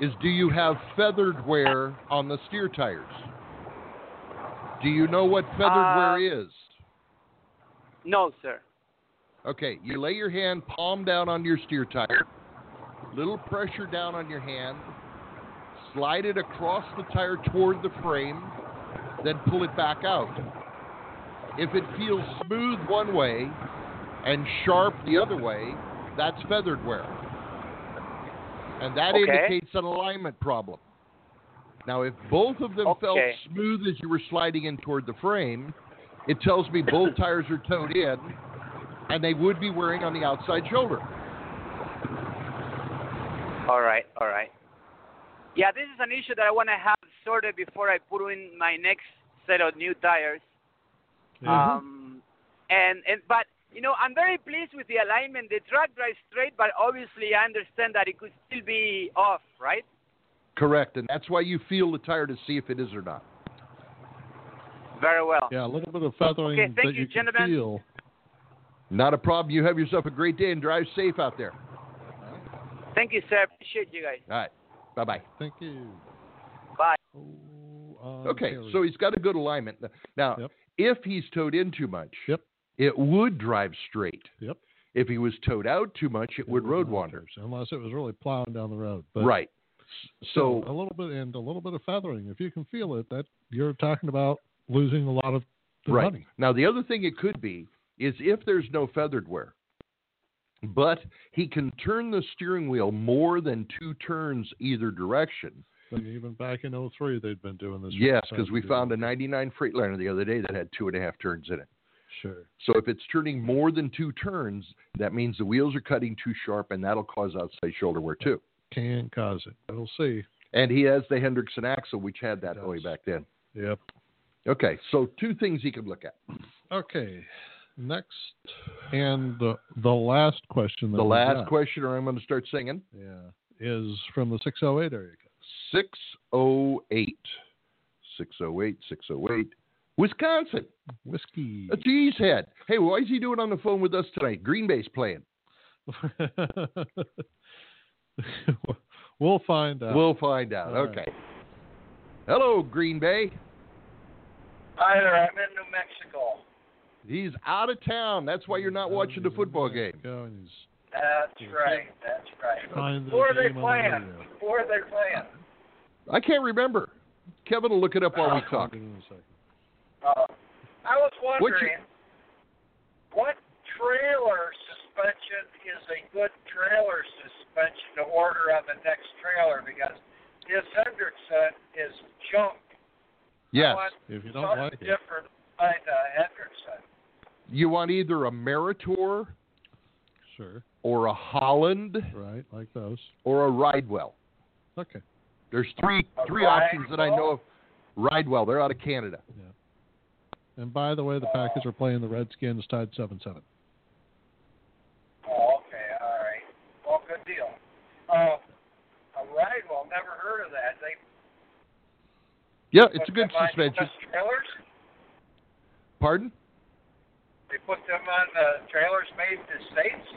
[SPEAKER 3] is do you have feathered wear on the steer tires? Do you know what feathered
[SPEAKER 7] Uh,
[SPEAKER 3] wear is?
[SPEAKER 7] no, sir.
[SPEAKER 3] Okay, you lay your hand palm down on your steer tire, little pressure down on your hand, slide it across the tire toward the frame, then pull it back out. If it feels smooth one way and sharp the other way, that's feathered wear. And that
[SPEAKER 7] Okay.
[SPEAKER 3] indicates an alignment problem. Now, if both of them felt
[SPEAKER 7] Okay.
[SPEAKER 3] smooth as you were sliding in toward the frame, it tells me both tires are towed in and they would be wearing on the outside shoulder.
[SPEAKER 7] All right, all right. Yeah, this is an issue that I want to have sorted before I put in my next set of new tires.
[SPEAKER 3] Mm-hmm.
[SPEAKER 7] Um, and and but you know I'm very pleased with the alignment. The truck drives straight, but obviously I understand that it could still be off, right?
[SPEAKER 3] Correct, and that's why you feel the tire to see if it is or not.
[SPEAKER 7] Very well.
[SPEAKER 2] Yeah, a little bit of feathering
[SPEAKER 7] Okay, thank
[SPEAKER 2] that
[SPEAKER 7] you,
[SPEAKER 2] you can
[SPEAKER 7] gentlemen.
[SPEAKER 2] feel.
[SPEAKER 3] Not a problem. You have yourself a great day and drive safe out there.
[SPEAKER 7] Thank you, sir. Appreciate you guys.
[SPEAKER 3] All right. Bye bye.
[SPEAKER 2] Thank you.
[SPEAKER 7] Bye.
[SPEAKER 2] Oh,
[SPEAKER 3] Okay,
[SPEAKER 2] Ontario.
[SPEAKER 3] so he's got a good alignment. Now,
[SPEAKER 2] Yep.
[SPEAKER 3] if he's towed in too much,
[SPEAKER 2] Yep.
[SPEAKER 3] it would drive straight.
[SPEAKER 2] Yep.
[SPEAKER 3] If he was towed out too much, it would road wander.
[SPEAKER 2] unless it was really plowing down the road. But
[SPEAKER 3] Right.
[SPEAKER 2] So
[SPEAKER 3] So
[SPEAKER 2] a little bit and a little bit of feathering. If you can feel it, that you're talking about losing a lot of the
[SPEAKER 3] right.
[SPEAKER 2] money.
[SPEAKER 3] Now the other thing it could be is if there's no feathered wear, but he can turn the steering wheel more than two turns either direction.
[SPEAKER 2] But even back in 03, they'd been doing this.
[SPEAKER 3] Yes, because we found a 99 Freightliner the other day that had two and a half turns in it.
[SPEAKER 2] Sure.
[SPEAKER 3] So if it's turning more than two turns, that means the wheels are cutting too sharp, and that'll cause outside shoulder wear too.
[SPEAKER 2] Can cause it. We'll see.
[SPEAKER 3] And he has the Hendrickson axle, which had that
[SPEAKER 2] Does.
[SPEAKER 3] way back then.
[SPEAKER 2] Yep.
[SPEAKER 3] Okay, so two things he can look at.
[SPEAKER 2] Okay. Next and the the last question. That
[SPEAKER 3] The
[SPEAKER 2] we
[SPEAKER 3] last
[SPEAKER 2] got,
[SPEAKER 3] question, or I'm going to start singing.
[SPEAKER 2] Yeah. Is from the 608 area.
[SPEAKER 3] 608. 608, 608. Wisconsin.
[SPEAKER 2] Whiskey.
[SPEAKER 3] A cheese head. Hey, why is he doing on the phone with us tonight? Green Bay's playing.
[SPEAKER 2] we'll find out.
[SPEAKER 3] We'll find out.
[SPEAKER 2] All right.
[SPEAKER 3] okay. Hello, Green Bay.
[SPEAKER 4] Hi there, I'm in New Mexico.
[SPEAKER 3] He's out of town. That's why you're not
[SPEAKER 2] Uh,
[SPEAKER 3] watching the football game.
[SPEAKER 2] Go and he's-
[SPEAKER 4] That's right, that's right.
[SPEAKER 2] Find the
[SPEAKER 4] Who are they
[SPEAKER 2] game on the
[SPEAKER 4] playing?
[SPEAKER 2] radio.
[SPEAKER 4] Who are they playing?
[SPEAKER 3] I can't remember. Kevin will look it up while we
[SPEAKER 4] Uh,
[SPEAKER 3] talk.
[SPEAKER 2] in a second.
[SPEAKER 4] Uh, I was wondering, what trailer suspension is a good trailer suspension to order on the next trailer? Because his Hendrickson is junk.
[SPEAKER 3] Yes.
[SPEAKER 4] I want
[SPEAKER 2] If you don't
[SPEAKER 4] something
[SPEAKER 2] like it,
[SPEAKER 4] different than uh, Hendrickson.
[SPEAKER 3] You want either a Meritor
[SPEAKER 2] sure.
[SPEAKER 3] or a Holland
[SPEAKER 2] Right, like those.
[SPEAKER 3] or a Ridewell.
[SPEAKER 2] Okay.
[SPEAKER 3] There's three
[SPEAKER 4] A
[SPEAKER 3] three options that I know of. Ridewell, they're out of Canada.
[SPEAKER 2] And by the way, the Packers are playing the Redskins tied 7 7.
[SPEAKER 4] Oh, okay, all right. Well, good deal. Uh, all right, well, never heard of that. They
[SPEAKER 3] Yeah, it's a
[SPEAKER 4] put
[SPEAKER 3] good
[SPEAKER 4] them on
[SPEAKER 3] suspension.
[SPEAKER 4] U.S. trailers.
[SPEAKER 3] Pardon?
[SPEAKER 4] They put them on uh, trailers made in the states.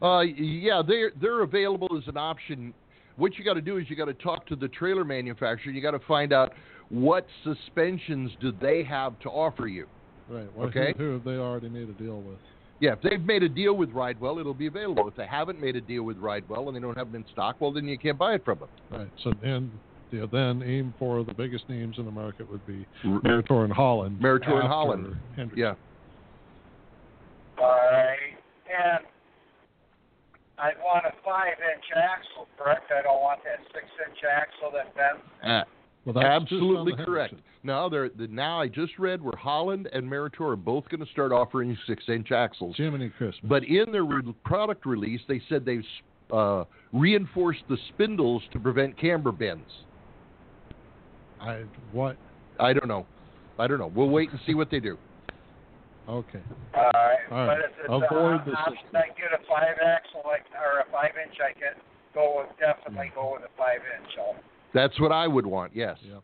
[SPEAKER 3] Uh, yeah, they're they're available as an option. What you got to do is you got to talk to the trailer manufacturer. You got to find out what suspensions do they have to offer you.
[SPEAKER 2] Right. Well,
[SPEAKER 3] Okay.
[SPEAKER 2] Who, who have they already made a deal with?
[SPEAKER 3] Yeah, if they've made a deal with Ridewell, it'll be available. If they haven't made a deal with Ridewell and they don't have it in stock, well, then you can't buy it from them.
[SPEAKER 2] Right. So then, yeah, then aim for the biggest names in the market would be Meritor and Holland.
[SPEAKER 3] Meritor and
[SPEAKER 2] after
[SPEAKER 3] Holland.
[SPEAKER 2] Hendrickson.
[SPEAKER 3] Yeah.
[SPEAKER 4] Alright. And I want a five inch axle, correct? I don't want that six inch axle that bends.
[SPEAKER 2] Well, that's just on the
[SPEAKER 3] Absolutely correct.
[SPEAKER 2] Hendrickson.
[SPEAKER 3] Now they're the, now I just read where Holland and Meritor are both going to start offering six-inch axles.
[SPEAKER 2] Jiminy Christmas.
[SPEAKER 3] But in their re- product release, they said they've uh, reinforced the spindles to prevent camber bends.
[SPEAKER 2] I what?
[SPEAKER 3] I don't know. I don't know. We'll wait and see what they do.
[SPEAKER 2] Okay.
[SPEAKER 4] Alright.
[SPEAKER 2] All
[SPEAKER 4] But
[SPEAKER 2] right.
[SPEAKER 4] if it's
[SPEAKER 2] Avoid
[SPEAKER 4] uh,
[SPEAKER 2] the
[SPEAKER 4] option,
[SPEAKER 2] six-
[SPEAKER 4] I get a five axle like or a five inch I can go with definitely go with a five inch. So,
[SPEAKER 3] That's what I would want. Yes.
[SPEAKER 2] Yeah.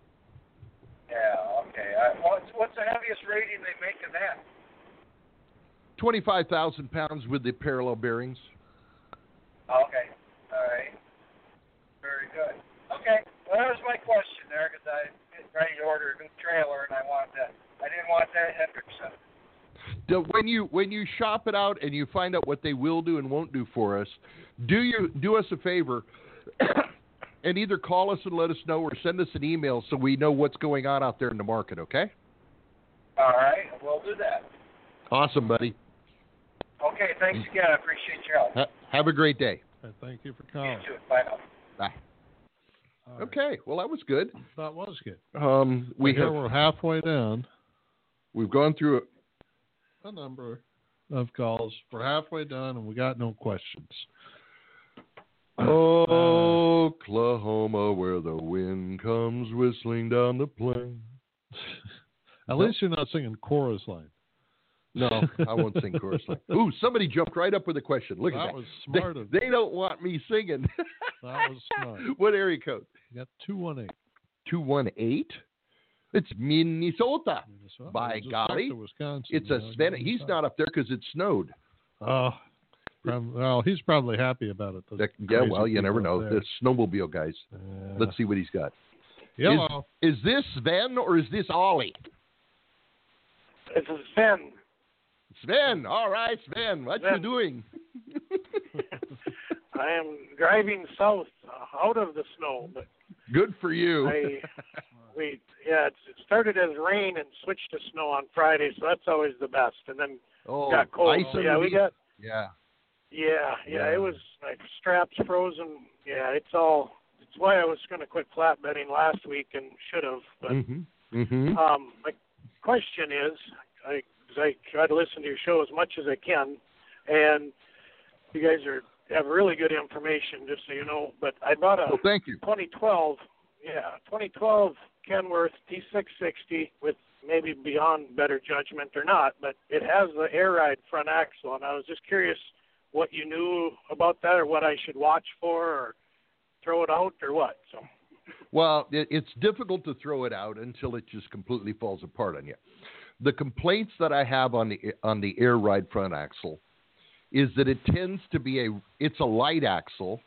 [SPEAKER 4] yeah, okay. I, what's what's the heaviest rating they make in that?
[SPEAKER 3] Twenty-five thousand pounds with the parallel bearings.
[SPEAKER 4] Okay. Alright. Very good. Okay. Well that was my question there because I was ready to order a new trailer and I want that I didn't want that Hendrickson.
[SPEAKER 3] Do- When you when you shop it out and you find out what they will do and won't do for us, do you do us a favor and either call us and let us know or send us an email so we know what's going on out there in the market. Okay.
[SPEAKER 4] Alright, we'll do that.
[SPEAKER 3] Awesome, buddy.
[SPEAKER 4] Okay, thanks again. I appreciate your help.
[SPEAKER 3] Ha- have a great day.
[SPEAKER 2] And Uh, thank you for
[SPEAKER 4] You
[SPEAKER 2] calling.
[SPEAKER 4] too. Bye now.
[SPEAKER 3] Bye.
[SPEAKER 2] All right.
[SPEAKER 3] Okay. Well, that was good.
[SPEAKER 2] That was good.
[SPEAKER 3] Um, we
[SPEAKER 2] Here
[SPEAKER 3] have
[SPEAKER 2] we're halfway down
[SPEAKER 3] we've gone through.
[SPEAKER 2] a number of calls. We're halfway done, and we got no questions.
[SPEAKER 3] Oklahoma, where the wind comes whistling down the plain.
[SPEAKER 2] At least you're not singing chorus line.
[SPEAKER 3] No, I won't sing chorus line. Ooh, somebody jumped right up with a question. Look
[SPEAKER 2] that
[SPEAKER 3] at that.
[SPEAKER 2] was
[SPEAKER 3] They-
[SPEAKER 2] smart of
[SPEAKER 3] They, don't want me singing.
[SPEAKER 2] That was smart.
[SPEAKER 3] what area code?
[SPEAKER 2] You got two one eight.
[SPEAKER 3] 218? It's Minnesota.
[SPEAKER 2] Minnesota.
[SPEAKER 3] By
[SPEAKER 2] It's just
[SPEAKER 3] golly,
[SPEAKER 2] next to Wisconsin,
[SPEAKER 3] It's
[SPEAKER 2] you
[SPEAKER 3] a
[SPEAKER 2] know,
[SPEAKER 3] Sven.
[SPEAKER 2] you
[SPEAKER 3] He's
[SPEAKER 2] know.
[SPEAKER 3] not up there because it snowed.
[SPEAKER 2] Oh, prob- well, he's probably happy about it. those
[SPEAKER 3] That- yeah,
[SPEAKER 2] crazy
[SPEAKER 3] well, you never
[SPEAKER 2] people
[SPEAKER 3] know.
[SPEAKER 2] up
[SPEAKER 3] The snowmobile guys.
[SPEAKER 2] there. Uh,
[SPEAKER 3] Let's see what he's got.
[SPEAKER 2] yellow.
[SPEAKER 3] Is this Sven or is this Ollie?
[SPEAKER 4] This is Sven.
[SPEAKER 3] Sven, all right, Sven, what you
[SPEAKER 4] Sven.
[SPEAKER 3] doing?
[SPEAKER 4] I am driving south uh, out of the snow, but
[SPEAKER 3] Good for you.
[SPEAKER 4] I, we yeah, it's, it started as rain and switched to snow on Friday, so that's always the best. And then
[SPEAKER 3] oh,
[SPEAKER 4] got cold.
[SPEAKER 3] ice
[SPEAKER 4] so, yeah, we
[SPEAKER 3] underneath.
[SPEAKER 4] got
[SPEAKER 3] Yeah.
[SPEAKER 4] yeah, yeah,
[SPEAKER 3] Yeah.
[SPEAKER 4] It was my straps frozen. Yeah, it's all. It's why I was going to quit flat betting last week and should have, but
[SPEAKER 3] Mm-hmm. Mm-hmm.
[SPEAKER 4] Um, my question is, I, 'cause I try to listen to your show as much as I can, and you guys are have really good information, just so you know. But I bought a
[SPEAKER 3] Well, thank you.
[SPEAKER 4] 2012, yeah, 2012 Kenworth T660 with maybe beyond better judgment or not, but it has the air ride front axle, and I was just curious what you knew about that, or what I should watch for, or throw it out, or what. So.
[SPEAKER 3] Well, it, it's difficult to throw it out until it just completely falls apart on you. The complaints that I have on the on the air ride front axle is that it tends to be a it's a light axle,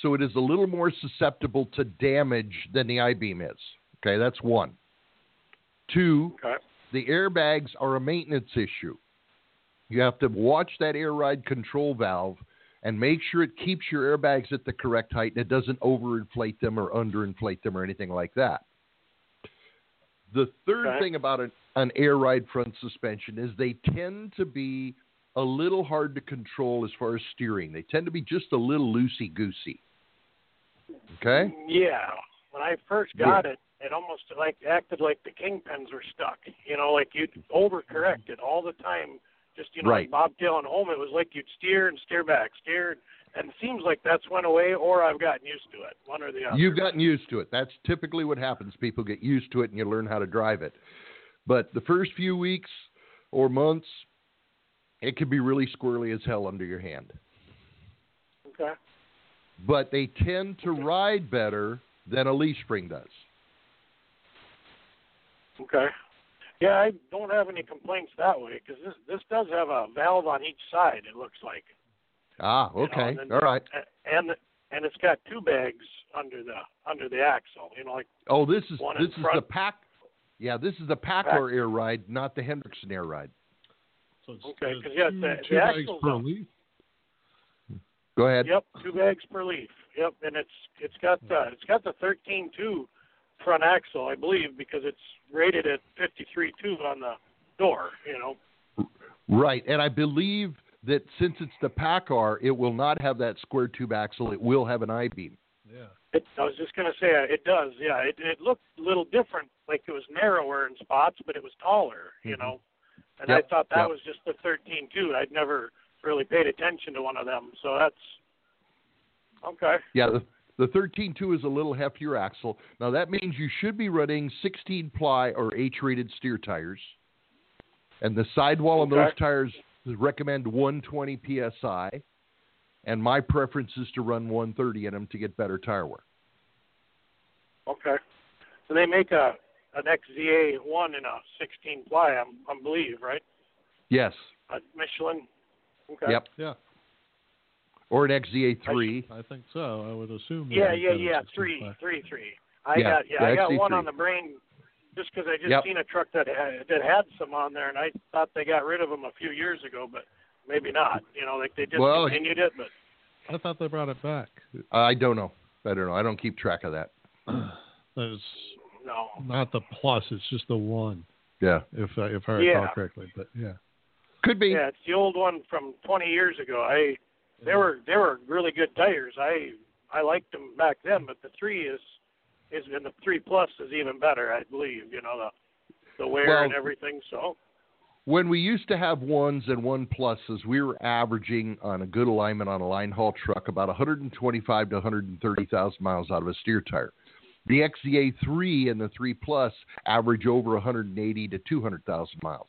[SPEAKER 3] so it is a little more susceptible to damage than the I beam is. Okay, that's one. Two,
[SPEAKER 4] Okay.
[SPEAKER 3] the airbags are a maintenance issue. You have to watch that air ride control valve and make sure it keeps your airbags at the correct height and it doesn't overinflate them or underinflate them or anything like that. The third
[SPEAKER 4] Okay.
[SPEAKER 3] thing about an, an air ride front suspension is they tend to be a little hard to control as far as steering. They tend to be just a little loosey goosey. Okay?
[SPEAKER 4] Yeah. When I first got it, it almost like acted like the kingpins were stuck. You know, like you'd overcorrect it all the time. Just you know,
[SPEAKER 3] Right.
[SPEAKER 4] like bobtailing home, it was like you'd steer and steer back, steer, and it seems like that's went away, or I've gotten used to it. One or the other.
[SPEAKER 3] You've gotten used to it. That's typically what happens. People get used to it and you learn how to drive it. But the first few weeks or months, it can be really squirrely as hell under your hand.
[SPEAKER 4] Okay.
[SPEAKER 3] But they tend to ride better than a leaf spring does.
[SPEAKER 4] Okay. Yeah, I don't have any complaints that way because this this does have a valve on each side. It looks like.
[SPEAKER 3] Ah,
[SPEAKER 4] You know,
[SPEAKER 3] okay.
[SPEAKER 4] and then-
[SPEAKER 3] All right.
[SPEAKER 4] A- And and it's got two bags under the under the axle. You know, like
[SPEAKER 3] Oh, this is
[SPEAKER 4] One in
[SPEAKER 3] this is
[SPEAKER 4] front.
[SPEAKER 3] the pack. Yeah, this is the Packler air ride, not the Hendrickson air ride.
[SPEAKER 2] So it's,
[SPEAKER 4] Okay,
[SPEAKER 2] it's
[SPEAKER 4] 'cause, yeah,
[SPEAKER 2] two,
[SPEAKER 4] the- the
[SPEAKER 2] two bags
[SPEAKER 4] axle's
[SPEAKER 2] per
[SPEAKER 4] up.
[SPEAKER 2] leaf.
[SPEAKER 3] Go ahead.
[SPEAKER 4] Yep, two bags per leaf. Yep, and it's it's got the it's got the thirteen two front axle, I believe, because it's rated at fifty three two on the door. You know.
[SPEAKER 3] Right, and I believe that since it's the Packard, it will not have that square tube axle. It will have an I beam.
[SPEAKER 2] Yeah.
[SPEAKER 4] It, I was just gonna say uh, it does. Yeah, it it looked a little different, like it was narrower in spots, but it was taller. You know, and
[SPEAKER 3] Mm-hmm. Yep,
[SPEAKER 4] I thought that
[SPEAKER 3] yep.
[SPEAKER 4] was just the thirteen two. I'd never really paid attention to one of them, so that's okay.
[SPEAKER 3] Yeah, the the thirteen two is a little heftier axle. Now that means you should be running sixteen ply or H rated steer tires, and the sidewall on
[SPEAKER 4] Okay.
[SPEAKER 3] those tires is recommend one twenty psi, and my preference is to run one thirty in them to get better tire wear.
[SPEAKER 4] Okay. So they make a an XZA one and a sixteen ply, I'm I believe, right?
[SPEAKER 3] Yes.
[SPEAKER 4] A Michelin. Okay.
[SPEAKER 3] Yep.
[SPEAKER 2] Yeah,
[SPEAKER 3] Or an XZA three.
[SPEAKER 2] I think so. I would assume. that
[SPEAKER 4] Yeah,
[SPEAKER 2] it's
[SPEAKER 4] yeah,
[SPEAKER 2] got a
[SPEAKER 4] yeah.
[SPEAKER 2] 16
[SPEAKER 4] Three,
[SPEAKER 2] plaque.
[SPEAKER 4] three, three. I
[SPEAKER 3] Yeah,
[SPEAKER 4] got yeah,
[SPEAKER 3] yeah,
[SPEAKER 4] I got
[SPEAKER 3] XZ3.
[SPEAKER 4] one on the brain just because I just
[SPEAKER 3] Yep.
[SPEAKER 4] seen a truck that had, that had some on there, and I thought they got rid of them a few years ago, but maybe not. You know, like they
[SPEAKER 3] Well,
[SPEAKER 4] discontinued it, but
[SPEAKER 2] I thought they brought it back.
[SPEAKER 3] I don't know. I don't know. I don't keep track of that.
[SPEAKER 2] That is
[SPEAKER 4] no.
[SPEAKER 2] not the plus. It's just the one,
[SPEAKER 3] Yeah.
[SPEAKER 2] if I, if I recall
[SPEAKER 4] Yeah.
[SPEAKER 2] correctly. But yeah,
[SPEAKER 3] Could be.
[SPEAKER 4] Yeah, it's the old one from 20 years ago. I they were they were really good tires. I I liked them back then, but the three is is and the three plus is even better, I believe. You know the the wear and
[SPEAKER 3] Well-
[SPEAKER 4] everything. So
[SPEAKER 3] when we used to have ones and one pluses, we were averaging on a good alignment on a line haul truck about 125 to 130,000 miles out of a steer tire. The XZA 3 and the 3 Plus average over 180 to 200,000 miles.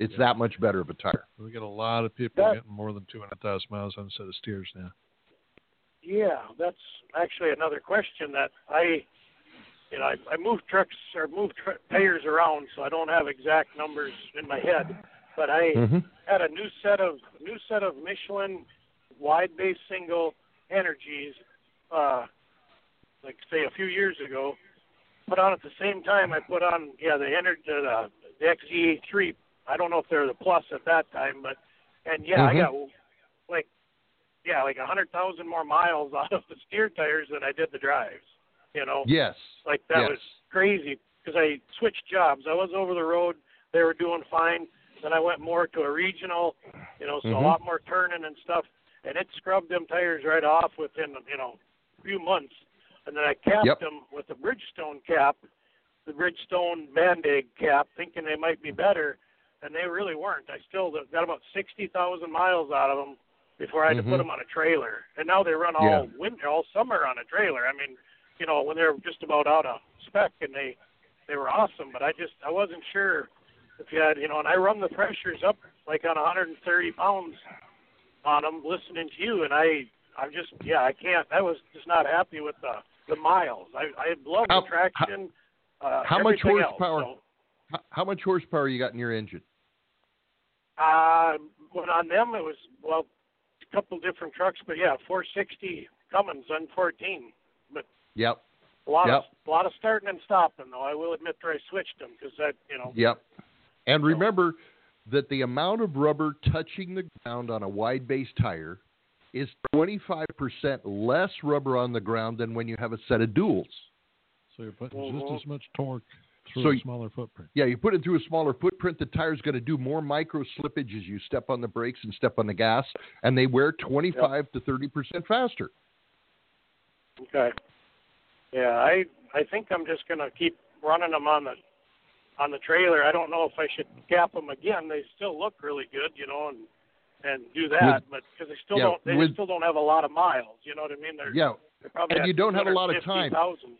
[SPEAKER 3] It's that much better of a tire.
[SPEAKER 2] we get a lot of people
[SPEAKER 4] That-
[SPEAKER 2] getting more than two hundred thousand miles on a set of steers now.
[SPEAKER 4] yeah, that's actually another question that I you know I, I move trucks or move tr- tires around, so I don't have exact numbers in my head, but I. had a new set of new set of Michelin wide base single energies, uh, like say a few years ago. Put on at the same time I put on yeah the Ener- the, the XE3
[SPEAKER 8] E I don't know if they're the plus at that time, but and yeah, I got
[SPEAKER 4] Mhm.
[SPEAKER 8] like yeah, like a hundred thousand more miles out of the steer tires than I did the drives. You know.
[SPEAKER 3] Yes.
[SPEAKER 8] Like that
[SPEAKER 3] Yes.
[SPEAKER 8] was crazy because I switched jobs. I was over the road. They were doing fine. Then I went more to a regional, you know, so
[SPEAKER 3] Mhm.
[SPEAKER 8] a lot more turning and stuff, and it scrubbed them tires right off within you know a few months. And then I capped
[SPEAKER 3] Yep.
[SPEAKER 8] them with a Bridgestone cap, the Bridgestone Band-Aid cap, thinking they might be better, and they really weren't. I still got about sixty thousand miles out of them before I had to
[SPEAKER 4] Mhm.
[SPEAKER 8] put them on a trailer. And now they run all
[SPEAKER 4] Yeah.
[SPEAKER 8] winter, all summer on a trailer. I mean, you know, when they're just about out of spec, and they they were awesome. But I just I wasn't sure if you had you know, and I run the pressures up like on 130 pounds on them, listening to you, and I I'm just yeah I can't. I was just not happy with the the miles. I I love
[SPEAKER 3] How-
[SPEAKER 8] the traction. uh,
[SPEAKER 3] how much
[SPEAKER 8] everything else.
[SPEAKER 3] horsepower? how, how much horsepower you got in your engine?
[SPEAKER 8] Uh, when on them it was well, a couple different trucks, but yeah, 460 Cummins on 14. But
[SPEAKER 3] Yep.
[SPEAKER 8] a lot
[SPEAKER 3] Yep.
[SPEAKER 8] of a lot of starting and stopping though. I will admit that I switched them because that you know
[SPEAKER 3] Yep. And remember that the amount of rubber touching the ground on a wide base tire is 25% less rubber on the ground than when you have a set of duals.
[SPEAKER 2] So you're putting
[SPEAKER 4] Mm-hmm.
[SPEAKER 2] just as much torque through
[SPEAKER 3] So
[SPEAKER 2] a
[SPEAKER 3] you-
[SPEAKER 2] smaller footprint.
[SPEAKER 3] Yeah, you put it through a smaller footprint, the tire's going to do more micro slippage as you step on the brakes and step on the gas, and they wear 25 to 30% faster.
[SPEAKER 8] Okay. Yeah, I I think I'm just gonna keep running them on the on the trailer. I don't know if I should cap them again. They still look really good, you know, and and do that,
[SPEAKER 3] With-
[SPEAKER 8] but because they still
[SPEAKER 3] yeah,
[SPEAKER 8] don't they
[SPEAKER 3] with-
[SPEAKER 8] still don't have a lot of miles. You know what I mean? They're
[SPEAKER 3] Yeah.
[SPEAKER 8] they're probably
[SPEAKER 3] And
[SPEAKER 8] at
[SPEAKER 3] you don't have a lot of time.
[SPEAKER 8] 250,000.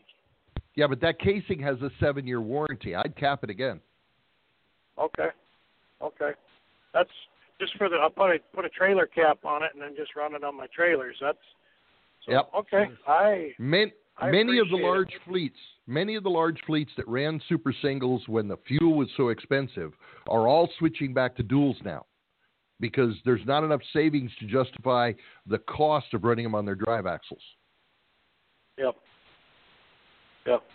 [SPEAKER 3] Yeah, but that casing has a seven year warranty. I'd cap it again.
[SPEAKER 8] Okay. Okay. That's just for the I'll put a put a trailer cap on it and then just run it on my trailers. That's
[SPEAKER 3] yep.
[SPEAKER 8] okay. I
[SPEAKER 3] Man,
[SPEAKER 8] I
[SPEAKER 3] many of the
[SPEAKER 8] appreciate it.
[SPEAKER 3] large fleets, many of the large fleets that ran super singles when the fuel was so expensive, are all switching back to duals now because there's not enough savings to justify the cost of running them on their drive axles.
[SPEAKER 8] Yep. Yep.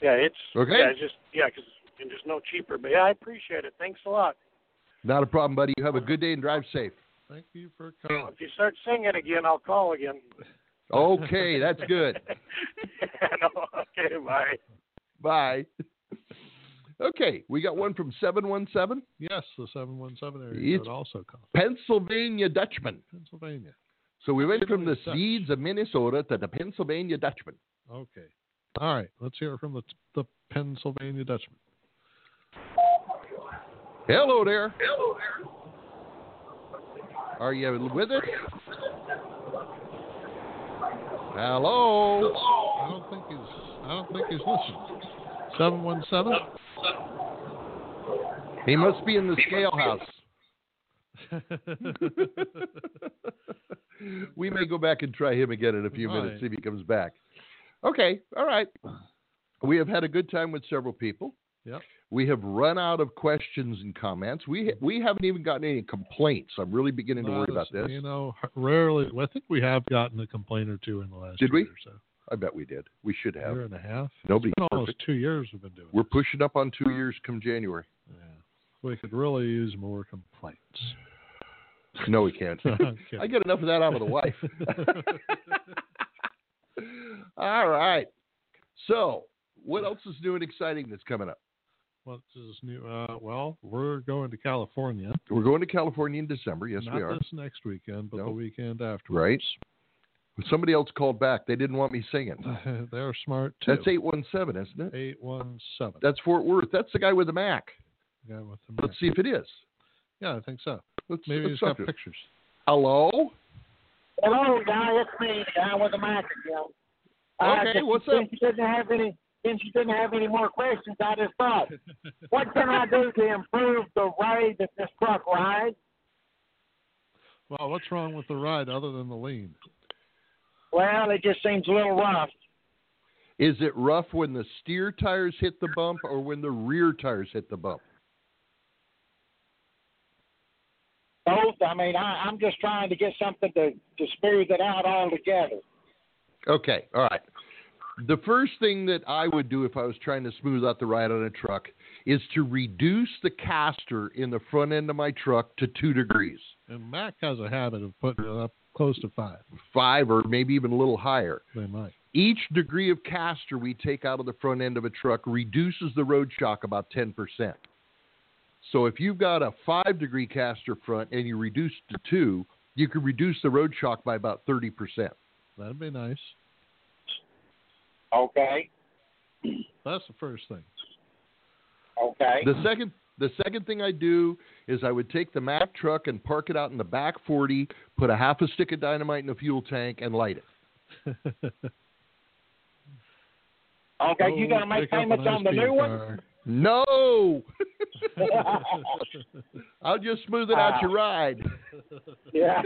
[SPEAKER 8] Yeah, it's
[SPEAKER 3] Okay.
[SPEAKER 8] Yeah, it's just yeah, 'cause and there's no cheaper. But yeah, I appreciate it. Thanks a lot.
[SPEAKER 3] Not a problem, buddy. You have a good day and drive safe.
[SPEAKER 2] Thank you for
[SPEAKER 3] Oh.
[SPEAKER 2] calling.
[SPEAKER 8] If you start singing again, I'll call again.
[SPEAKER 3] Okay, that's good.
[SPEAKER 8] No, okay, bye.
[SPEAKER 3] Bye. Okay, we got one from 717
[SPEAKER 2] Yes, the 717 area
[SPEAKER 3] It's-
[SPEAKER 2] code also calls
[SPEAKER 3] Pennsylvania Dutchman.
[SPEAKER 2] Pennsylvania.
[SPEAKER 3] So we went from the
[SPEAKER 2] Dutch.
[SPEAKER 3] seeds of Minnesota to the Pennsylvania Dutchman.
[SPEAKER 2] Okay. All right. Let's hear from the the Pennsylvania Dutchman.
[SPEAKER 3] Hello there.
[SPEAKER 4] Hello there.
[SPEAKER 3] Are you with us? Hello.
[SPEAKER 2] I don't think he's. I don't think he's listening. Seven one seven.
[SPEAKER 3] He must be in the scale house. We may go back and try him again in a few
[SPEAKER 2] All
[SPEAKER 3] minutes,
[SPEAKER 2] right.
[SPEAKER 3] see if he comes back. Okay, all right. We have had a good time with several people.
[SPEAKER 2] Yep.
[SPEAKER 3] We have run out of questions and comments. We we haven't even gotten any complaints. I'm really beginning to
[SPEAKER 2] Well,
[SPEAKER 3] worry about
[SPEAKER 2] listen,
[SPEAKER 3] this.
[SPEAKER 2] You know, rarely. Well, I think we have gotten a complaint or two in the last
[SPEAKER 3] Did
[SPEAKER 2] year
[SPEAKER 3] we?
[SPEAKER 2] or so.
[SPEAKER 3] I bet we did. We should have.
[SPEAKER 2] Year and a half.
[SPEAKER 3] Nobody's
[SPEAKER 2] It's been almost
[SPEAKER 3] perfect.
[SPEAKER 2] two years we've been doing.
[SPEAKER 3] We're pushing up on two years come January.
[SPEAKER 2] it. Yeah. We could really use more complaints.
[SPEAKER 3] No, we can't.
[SPEAKER 2] Okay.
[SPEAKER 3] I get enough of that out of the wife. All right. So, what else is new and exciting that's coming up?
[SPEAKER 2] What is new? Uh, well, we're going to California.
[SPEAKER 3] We're going to California in December. Yes,
[SPEAKER 2] Not
[SPEAKER 3] we are.
[SPEAKER 2] this next weekend, but
[SPEAKER 3] No.
[SPEAKER 2] the weekend after.
[SPEAKER 3] Right. Somebody else called back. They didn't want me singing.
[SPEAKER 2] They're smart too.
[SPEAKER 3] That's 817, isn't it?
[SPEAKER 2] Uh, Eight one seven.
[SPEAKER 3] That's Fort Worth. That's the guy with the Mac.
[SPEAKER 2] Yeah, with the
[SPEAKER 3] Let's see if it is.
[SPEAKER 2] Yeah, I think so.
[SPEAKER 3] Let's,
[SPEAKER 2] Maybe
[SPEAKER 3] let's
[SPEAKER 2] he's
[SPEAKER 3] talk
[SPEAKER 2] got
[SPEAKER 3] to-
[SPEAKER 2] pictures.
[SPEAKER 3] Hello?
[SPEAKER 5] Hello, guy. It's me, guy with the mic again. Uh,
[SPEAKER 3] Okay,
[SPEAKER 5] since-
[SPEAKER 3] what's up?
[SPEAKER 5] Since you didn't have any, since you didn't have any more questions, I just thought, what can I do to improve the way that this truck rides?
[SPEAKER 2] Well, what's wrong with the ride other than the lean?
[SPEAKER 5] Well, it just seems a little rough.
[SPEAKER 3] Is it rough when the steer tires hit the bump or when the rear tires hit the bump?
[SPEAKER 5] Both. I mean, I, I'm just trying to get something to to smooth it out altogether.
[SPEAKER 3] Okay, all right. The first thing that I would do if I was trying to smooth out the ride on a truck is to reduce the caster in the front end of my truck to two degrees.
[SPEAKER 2] And Mac has a habit of putting it up close to five.
[SPEAKER 3] Five or maybe even a little higher.
[SPEAKER 2] They might.
[SPEAKER 3] Each degree of caster we take out of the front end of a truck reduces the road shock about 10%. So if you've got a five degree caster front and you reduce to two, you could reduce the road shock by about 30%.
[SPEAKER 2] That'd be nice.
[SPEAKER 4] Okay.
[SPEAKER 2] That's the first thing.
[SPEAKER 4] Okay.
[SPEAKER 3] The second the second thing I do is I would take the Mack truck and park it out in the back 40, put a half a stick of dynamite in the fuel tank and light it.
[SPEAKER 4] Okay,
[SPEAKER 5] you gotta make
[SPEAKER 2] pick up
[SPEAKER 5] payments
[SPEAKER 2] an
[SPEAKER 5] on the
[SPEAKER 2] ice
[SPEAKER 5] new
[SPEAKER 2] cream
[SPEAKER 5] one?
[SPEAKER 2] car.
[SPEAKER 3] no. I'll just smooth it out your ride.
[SPEAKER 5] Yeah.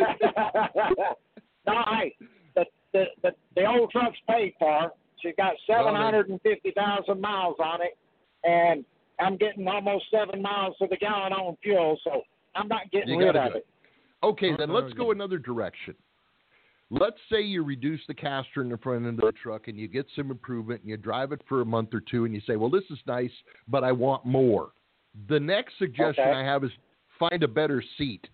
[SPEAKER 5] no, hey, the, the the the old truck's paid for. She's got seven hundred and fifty thousand miles on it, and I'm getting almost seven miles to the gallon on fuel, so I'm not getting
[SPEAKER 3] You
[SPEAKER 5] rid
[SPEAKER 3] gotta
[SPEAKER 5] of
[SPEAKER 3] do
[SPEAKER 5] it.
[SPEAKER 3] it. Okay, then
[SPEAKER 5] Oh, no,
[SPEAKER 3] let's
[SPEAKER 5] you
[SPEAKER 3] go another direction. Let's say you reduce the caster in the front end of the truck and you get some improvement and you drive it for a month or two and you say, well, this is nice, but I want more. The next suggestion
[SPEAKER 4] Okay.
[SPEAKER 3] I have is find a better seat.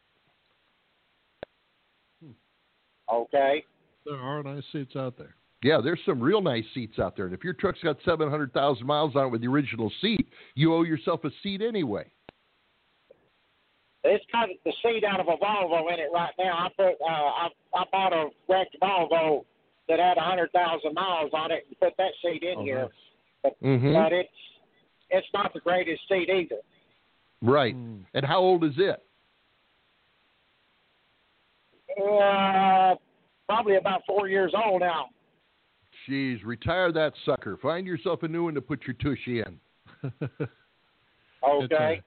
[SPEAKER 4] Okay.
[SPEAKER 2] There are nice seats out there.
[SPEAKER 3] Yeah, there's some real nice seats out there. And if your truck's got 700,000 miles on it with the original seat, you owe yourself a seat anyway.
[SPEAKER 5] It's got the seat out of a Volvo in it right now. I put uh, I I bought a wrecked Volvo that had a hundred thousand miles on it and put that seat
[SPEAKER 3] Oh,
[SPEAKER 5] in here,
[SPEAKER 3] Mhm.
[SPEAKER 5] but it's it's not the greatest seat either.
[SPEAKER 3] Right.
[SPEAKER 2] Mm. Hmm.
[SPEAKER 3] And how old is it?
[SPEAKER 5] Uh, probably about four years old now.
[SPEAKER 3] Jeez, retire that sucker. Find yourself a new one to put your tushy in.
[SPEAKER 5] Okay.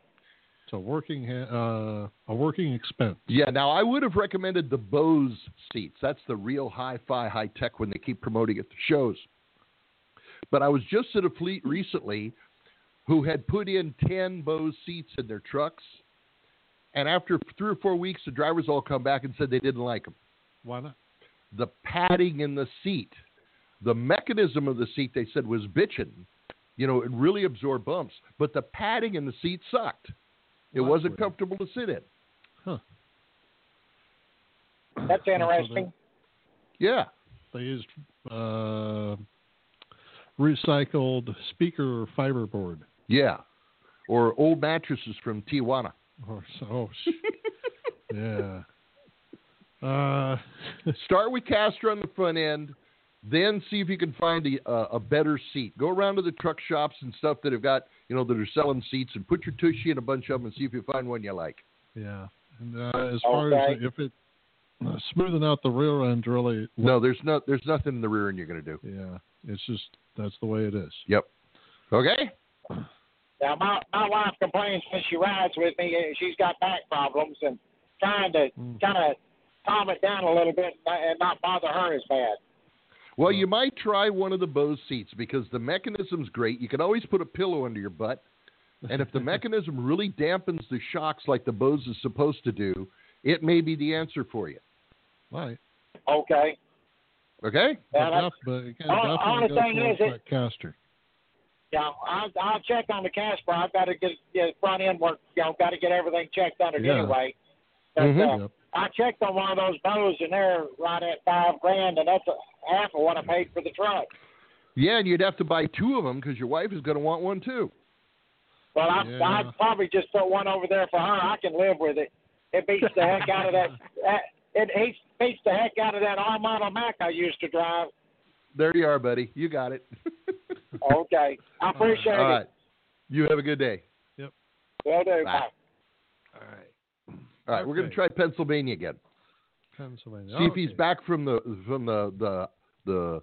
[SPEAKER 2] It's a working ha- uh, a working expense.
[SPEAKER 3] Yeah, now I would have recommended the Bose seats. That's the real hi fi, high tech one they keep promoting at the shows. But I was just at a fleet recently who had put in 10 Bose seats in their trucks. And after three or four weeks, the drivers all come back and said they didn't like them.
[SPEAKER 2] Why not?
[SPEAKER 3] The padding in the seat, the mechanism of the seat, they said was bitching. You know, it really absorbed bumps, but the padding in the seat sucked. It
[SPEAKER 2] Well, that's weird.
[SPEAKER 3] wasn't comfortable to sit in.
[SPEAKER 5] That's interesting.
[SPEAKER 3] Yeah.
[SPEAKER 2] They used uh, recycled speaker fiberboard
[SPEAKER 3] Yeah. Or old mattresses from Tijuana.
[SPEAKER 2] or so. oh, sh- yeah. Uh,
[SPEAKER 3] Start with Castor on the front end, then see if you can find a, a, a better seat. Go around to the truck shops and stuff that have got, you know, that are selling seats and put your tushy in a bunch of them and see if you find one you like.
[SPEAKER 2] yeah. And uh, as far as
[SPEAKER 5] Okay.
[SPEAKER 2] if it uh, smoothing out the rear end really,
[SPEAKER 3] No, there's no, there's nothing in the rear end you're going to do.
[SPEAKER 2] yeah. It's just that's the way it is.
[SPEAKER 3] Yep. Okay.
[SPEAKER 5] Now my my wife complains when she rides with me. and She's got back problems and trying to
[SPEAKER 3] Mm.
[SPEAKER 5] kind of calm it down a little bit and not bother her as bad.
[SPEAKER 3] Well,
[SPEAKER 5] Mm.
[SPEAKER 3] you might try one of the Bose seats because the mechanism's great. You can always put a pillow under your butt. And if the mechanism really dampens the shocks like the Bose is supposed to do, it may be the answer for you.
[SPEAKER 2] Right.
[SPEAKER 5] Okay.
[SPEAKER 3] Okay?
[SPEAKER 2] But
[SPEAKER 5] Yeah, that's-
[SPEAKER 2] def- but again,
[SPEAKER 5] all-
[SPEAKER 2] definitely
[SPEAKER 5] only
[SPEAKER 2] go
[SPEAKER 5] thing
[SPEAKER 2] for a
[SPEAKER 5] is it-
[SPEAKER 2] front caster.
[SPEAKER 5] Yeah, I'll, I'll check on the Casper. I've got to get, get front end work. You know, got to get everything checked on it
[SPEAKER 2] Yeah.
[SPEAKER 5] anyway. But,
[SPEAKER 3] Mhm.
[SPEAKER 5] uh, I checked on one of those bows, and they're right at five grand, and that's a, half of what I paid for the truck.
[SPEAKER 3] Yeah, and you'd have to buy two of them because your wife is going to want one too.
[SPEAKER 5] Well, I,
[SPEAKER 2] Yeah.
[SPEAKER 5] I'd probably just put one over there for her. I can live with it. It beats the heck out of that. that it heats, beats the heck out of that all model Mac I used to drive.
[SPEAKER 3] There you are, buddy. You got it.
[SPEAKER 5] Okay, I appreciate
[SPEAKER 3] All right. You have a good day.
[SPEAKER 5] it. Will
[SPEAKER 3] Bye.
[SPEAKER 5] do. Bye.
[SPEAKER 2] All right.
[SPEAKER 3] All right, we're going to
[SPEAKER 2] Okay.
[SPEAKER 3] try Pennsylvania again.
[SPEAKER 2] Pennsylvania.
[SPEAKER 3] See if he's
[SPEAKER 2] Okay.
[SPEAKER 3] back from the from the the the,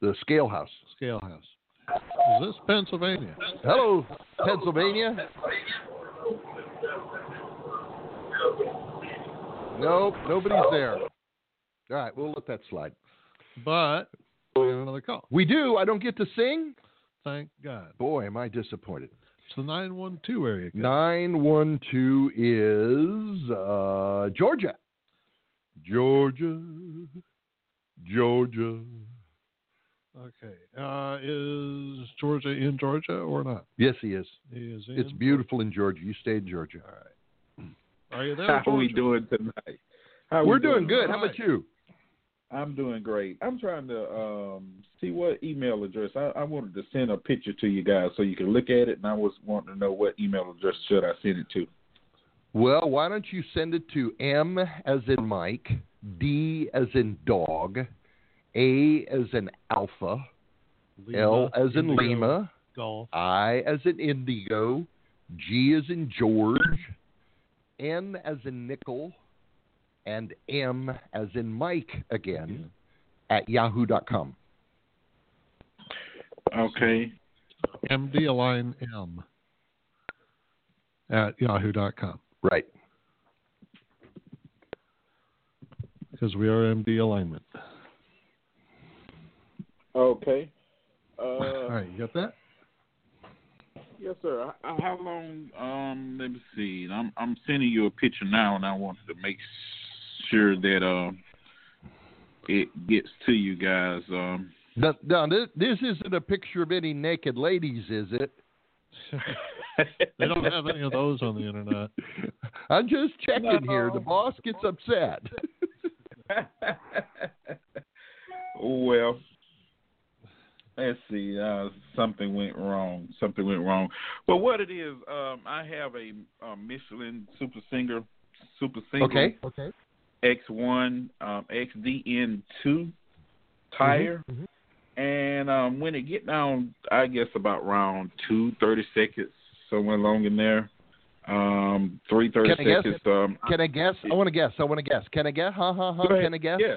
[SPEAKER 3] the scale house.
[SPEAKER 2] Scale house. Is this Pennsylvania?
[SPEAKER 3] Hello, Pennsylvania. Nope, nobody's there. All right, we'll let that slide.
[SPEAKER 2] But we have another call.
[SPEAKER 3] We do. I don't get to sing.
[SPEAKER 2] Thank God.
[SPEAKER 3] Boy, am I disappointed.
[SPEAKER 2] It's the 912 area. code.
[SPEAKER 3] Nine one two is uh, Georgia. Georgia, Georgia,
[SPEAKER 2] Okay. Uh, is Georgia in Georgia or not?
[SPEAKER 3] Yes, he is.
[SPEAKER 2] He is in.
[SPEAKER 3] It's beautiful in Georgia. You stay in Georgia. All right.
[SPEAKER 2] Are you there?
[SPEAKER 9] How are we
[SPEAKER 2] Georgia?
[SPEAKER 9] doing tonight? How
[SPEAKER 3] We're doing good. How about you?
[SPEAKER 9] I'm doing great. I'm trying to um, see what email address. I, I wanted to send a picture to you guys so you can look at it, and I was wanting to know what email address should I send it to.
[SPEAKER 3] Well, why don't you send it to M as in Mike, D as in dog, A as in alpha,
[SPEAKER 2] Lima,
[SPEAKER 3] L as in
[SPEAKER 2] Indigo,
[SPEAKER 3] Lima,
[SPEAKER 2] Golf.
[SPEAKER 3] I as in indigo, G as in George, N as in nickel, and M as in Mike again at yahoo.com.
[SPEAKER 9] Okay.
[SPEAKER 2] MD Align M at yahoo.com.
[SPEAKER 3] Right.
[SPEAKER 2] Because we are MD Alignment.
[SPEAKER 9] Okay. Uh,
[SPEAKER 2] All right. You got that?
[SPEAKER 9] Yes, sir. I- I- How long? Um, let me see. I'm I'm sending you a picture now, and I wanted to make sure that uh, it gets to you guys. Um,
[SPEAKER 3] Now, now this, this isn't a picture of any naked ladies, is it?
[SPEAKER 2] They don't have any of those on the internet.
[SPEAKER 3] I'm just checking here.
[SPEAKER 9] No.
[SPEAKER 3] The boss gets upset.
[SPEAKER 9] well, let's see. Uh, something went wrong. Something went wrong. Well, what it is, um, I have a, uh Michelin Super Singer, Super Single
[SPEAKER 3] Okay. Okay.
[SPEAKER 9] X1, um, XDN2 tire.
[SPEAKER 3] Mm-hmm.
[SPEAKER 9] And um, when it get down, I guess about round two thirty seconds, somewhere along in there, um, three thirty
[SPEAKER 3] Can I guess?
[SPEAKER 9] seconds. Um,
[SPEAKER 3] Can I guess? I want to guess. I want to guess. Can I guess? Huh, huh, huh.
[SPEAKER 9] Go ahead.
[SPEAKER 3] Can I guess?
[SPEAKER 9] Yeah.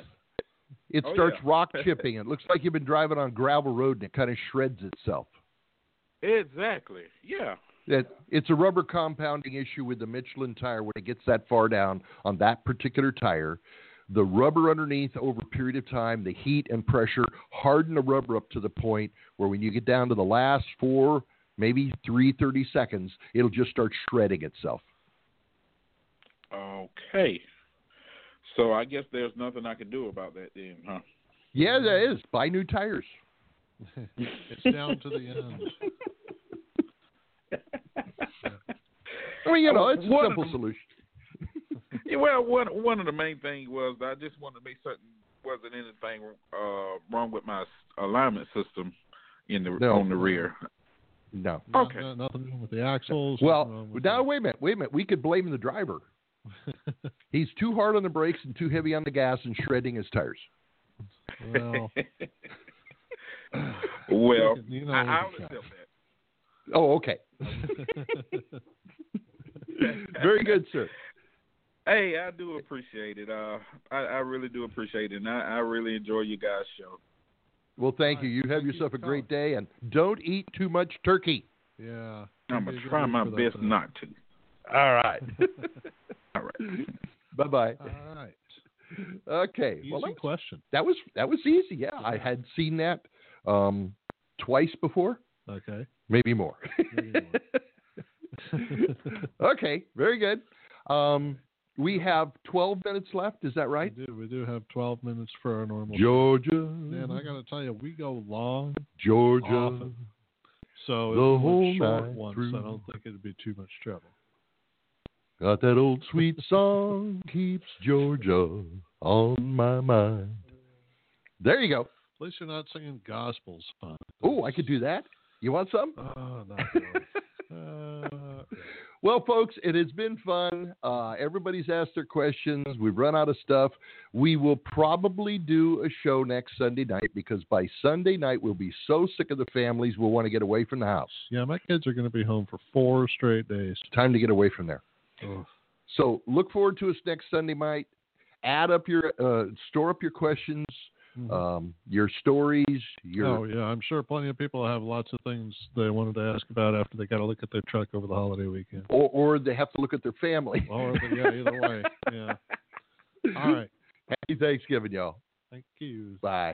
[SPEAKER 3] It
[SPEAKER 9] Oh,
[SPEAKER 3] starts
[SPEAKER 9] yeah.
[SPEAKER 3] rock chipping. It looks like you've been driving on gravel road and it kind of shreds itself.
[SPEAKER 9] Exactly. Yeah.
[SPEAKER 3] It, it's a rubber compounding issue with the Michelin tire when it gets that far down on that particular tire. The rubber underneath, over a period of time, the heat and pressure harden the rubber up to the point where when you get down to the last four, maybe three thirty seconds, it'll just start shredding itself.
[SPEAKER 9] Okay. So I guess there's nothing I can do about that then, huh?
[SPEAKER 3] Yeah, that is. Buy new tires.
[SPEAKER 2] it's down to the end.
[SPEAKER 3] I mean, you know, it's
[SPEAKER 9] One
[SPEAKER 3] a
[SPEAKER 9] of
[SPEAKER 3] simple
[SPEAKER 9] them-
[SPEAKER 3] solution.
[SPEAKER 9] Yeah, well, one one of the main things was I just wanted to make certain wasn't anything uh, wrong with my s- alignment system in the
[SPEAKER 3] No.
[SPEAKER 9] on the rear.
[SPEAKER 3] No.
[SPEAKER 9] No- Okay.
[SPEAKER 2] no- nothing wrong with the axles. nothing
[SPEAKER 3] Well,
[SPEAKER 2] wrong with
[SPEAKER 3] now wait a minute, wait a minute. We could blame the driver.
[SPEAKER 2] the-
[SPEAKER 3] He's too hard on the brakes and too heavy on the gas and shredding his tires.
[SPEAKER 2] well,
[SPEAKER 9] well,
[SPEAKER 2] you know,
[SPEAKER 9] I, I
[SPEAKER 2] we
[SPEAKER 9] would
[SPEAKER 2] can
[SPEAKER 9] accept
[SPEAKER 2] try.
[SPEAKER 9] that.
[SPEAKER 3] Oh, okay. Very good, sir.
[SPEAKER 9] Hey, I do appreciate it. Uh, I, I really do appreciate it, and I, I really enjoy you guys' show.
[SPEAKER 3] Well, thank you. You have
[SPEAKER 2] Thank you
[SPEAKER 3] yourself
[SPEAKER 2] for
[SPEAKER 3] a great day and don't eat too much turkey.
[SPEAKER 2] yeah. Maybe
[SPEAKER 9] I'm gonna
[SPEAKER 2] a good
[SPEAKER 9] try
[SPEAKER 2] week
[SPEAKER 9] my
[SPEAKER 2] for that
[SPEAKER 9] best
[SPEAKER 2] then.
[SPEAKER 9] not to.
[SPEAKER 3] All right.
[SPEAKER 9] All right.
[SPEAKER 3] bye bye.
[SPEAKER 2] All right.
[SPEAKER 3] Okay.
[SPEAKER 2] Easy
[SPEAKER 3] Well, that,
[SPEAKER 2] question.
[SPEAKER 3] that was that was easy. Yeah, I had seen that um, twice before,
[SPEAKER 2] Okay.
[SPEAKER 3] maybe more.
[SPEAKER 2] Maybe
[SPEAKER 3] okay. Very good. Um, we have 12 minutes left. Is that right?
[SPEAKER 2] We do, we do have 12 minutes for our normal.
[SPEAKER 3] Georgia.
[SPEAKER 2] Man, I got to tell you, we go long,
[SPEAKER 3] Georgia.
[SPEAKER 2] Often. so
[SPEAKER 3] The
[SPEAKER 2] if we
[SPEAKER 3] whole
[SPEAKER 2] went short
[SPEAKER 3] night
[SPEAKER 2] once,
[SPEAKER 3] through.
[SPEAKER 2] I don't think it'd be too much trouble.
[SPEAKER 3] Got that old sweet song keeps Georgia on my mind. There you go.
[SPEAKER 2] At least you're not singing gospel songs.
[SPEAKER 3] Oh, I could do that. You want some?
[SPEAKER 2] Oh, not really. uh,
[SPEAKER 3] well, folks, it has been fun. Uh, everybody's asked their questions. We've run out of stuff. We will probably do a show next Sunday night because by Sunday night we'll be so sick of the families we'll want to get away from the house.
[SPEAKER 2] yeah, my kids are going to be home for four straight days.
[SPEAKER 3] Time to get away from there.
[SPEAKER 2] Ugh.
[SPEAKER 3] So look forward to us next Sunday, Mike. Add up your, uh, store up your questions,
[SPEAKER 2] Mhm.
[SPEAKER 3] um, your stories, your
[SPEAKER 2] Oh yeah, I'm sure plenty of people have lots of things they wanted to ask about after they got a look at their truck over the holiday weekend.
[SPEAKER 3] or, or they have to look at their family.
[SPEAKER 2] Or yeah, either way. Yeah. All right.
[SPEAKER 3] Happy Thanksgiving, y'all.
[SPEAKER 2] Thank you.
[SPEAKER 3] Bye.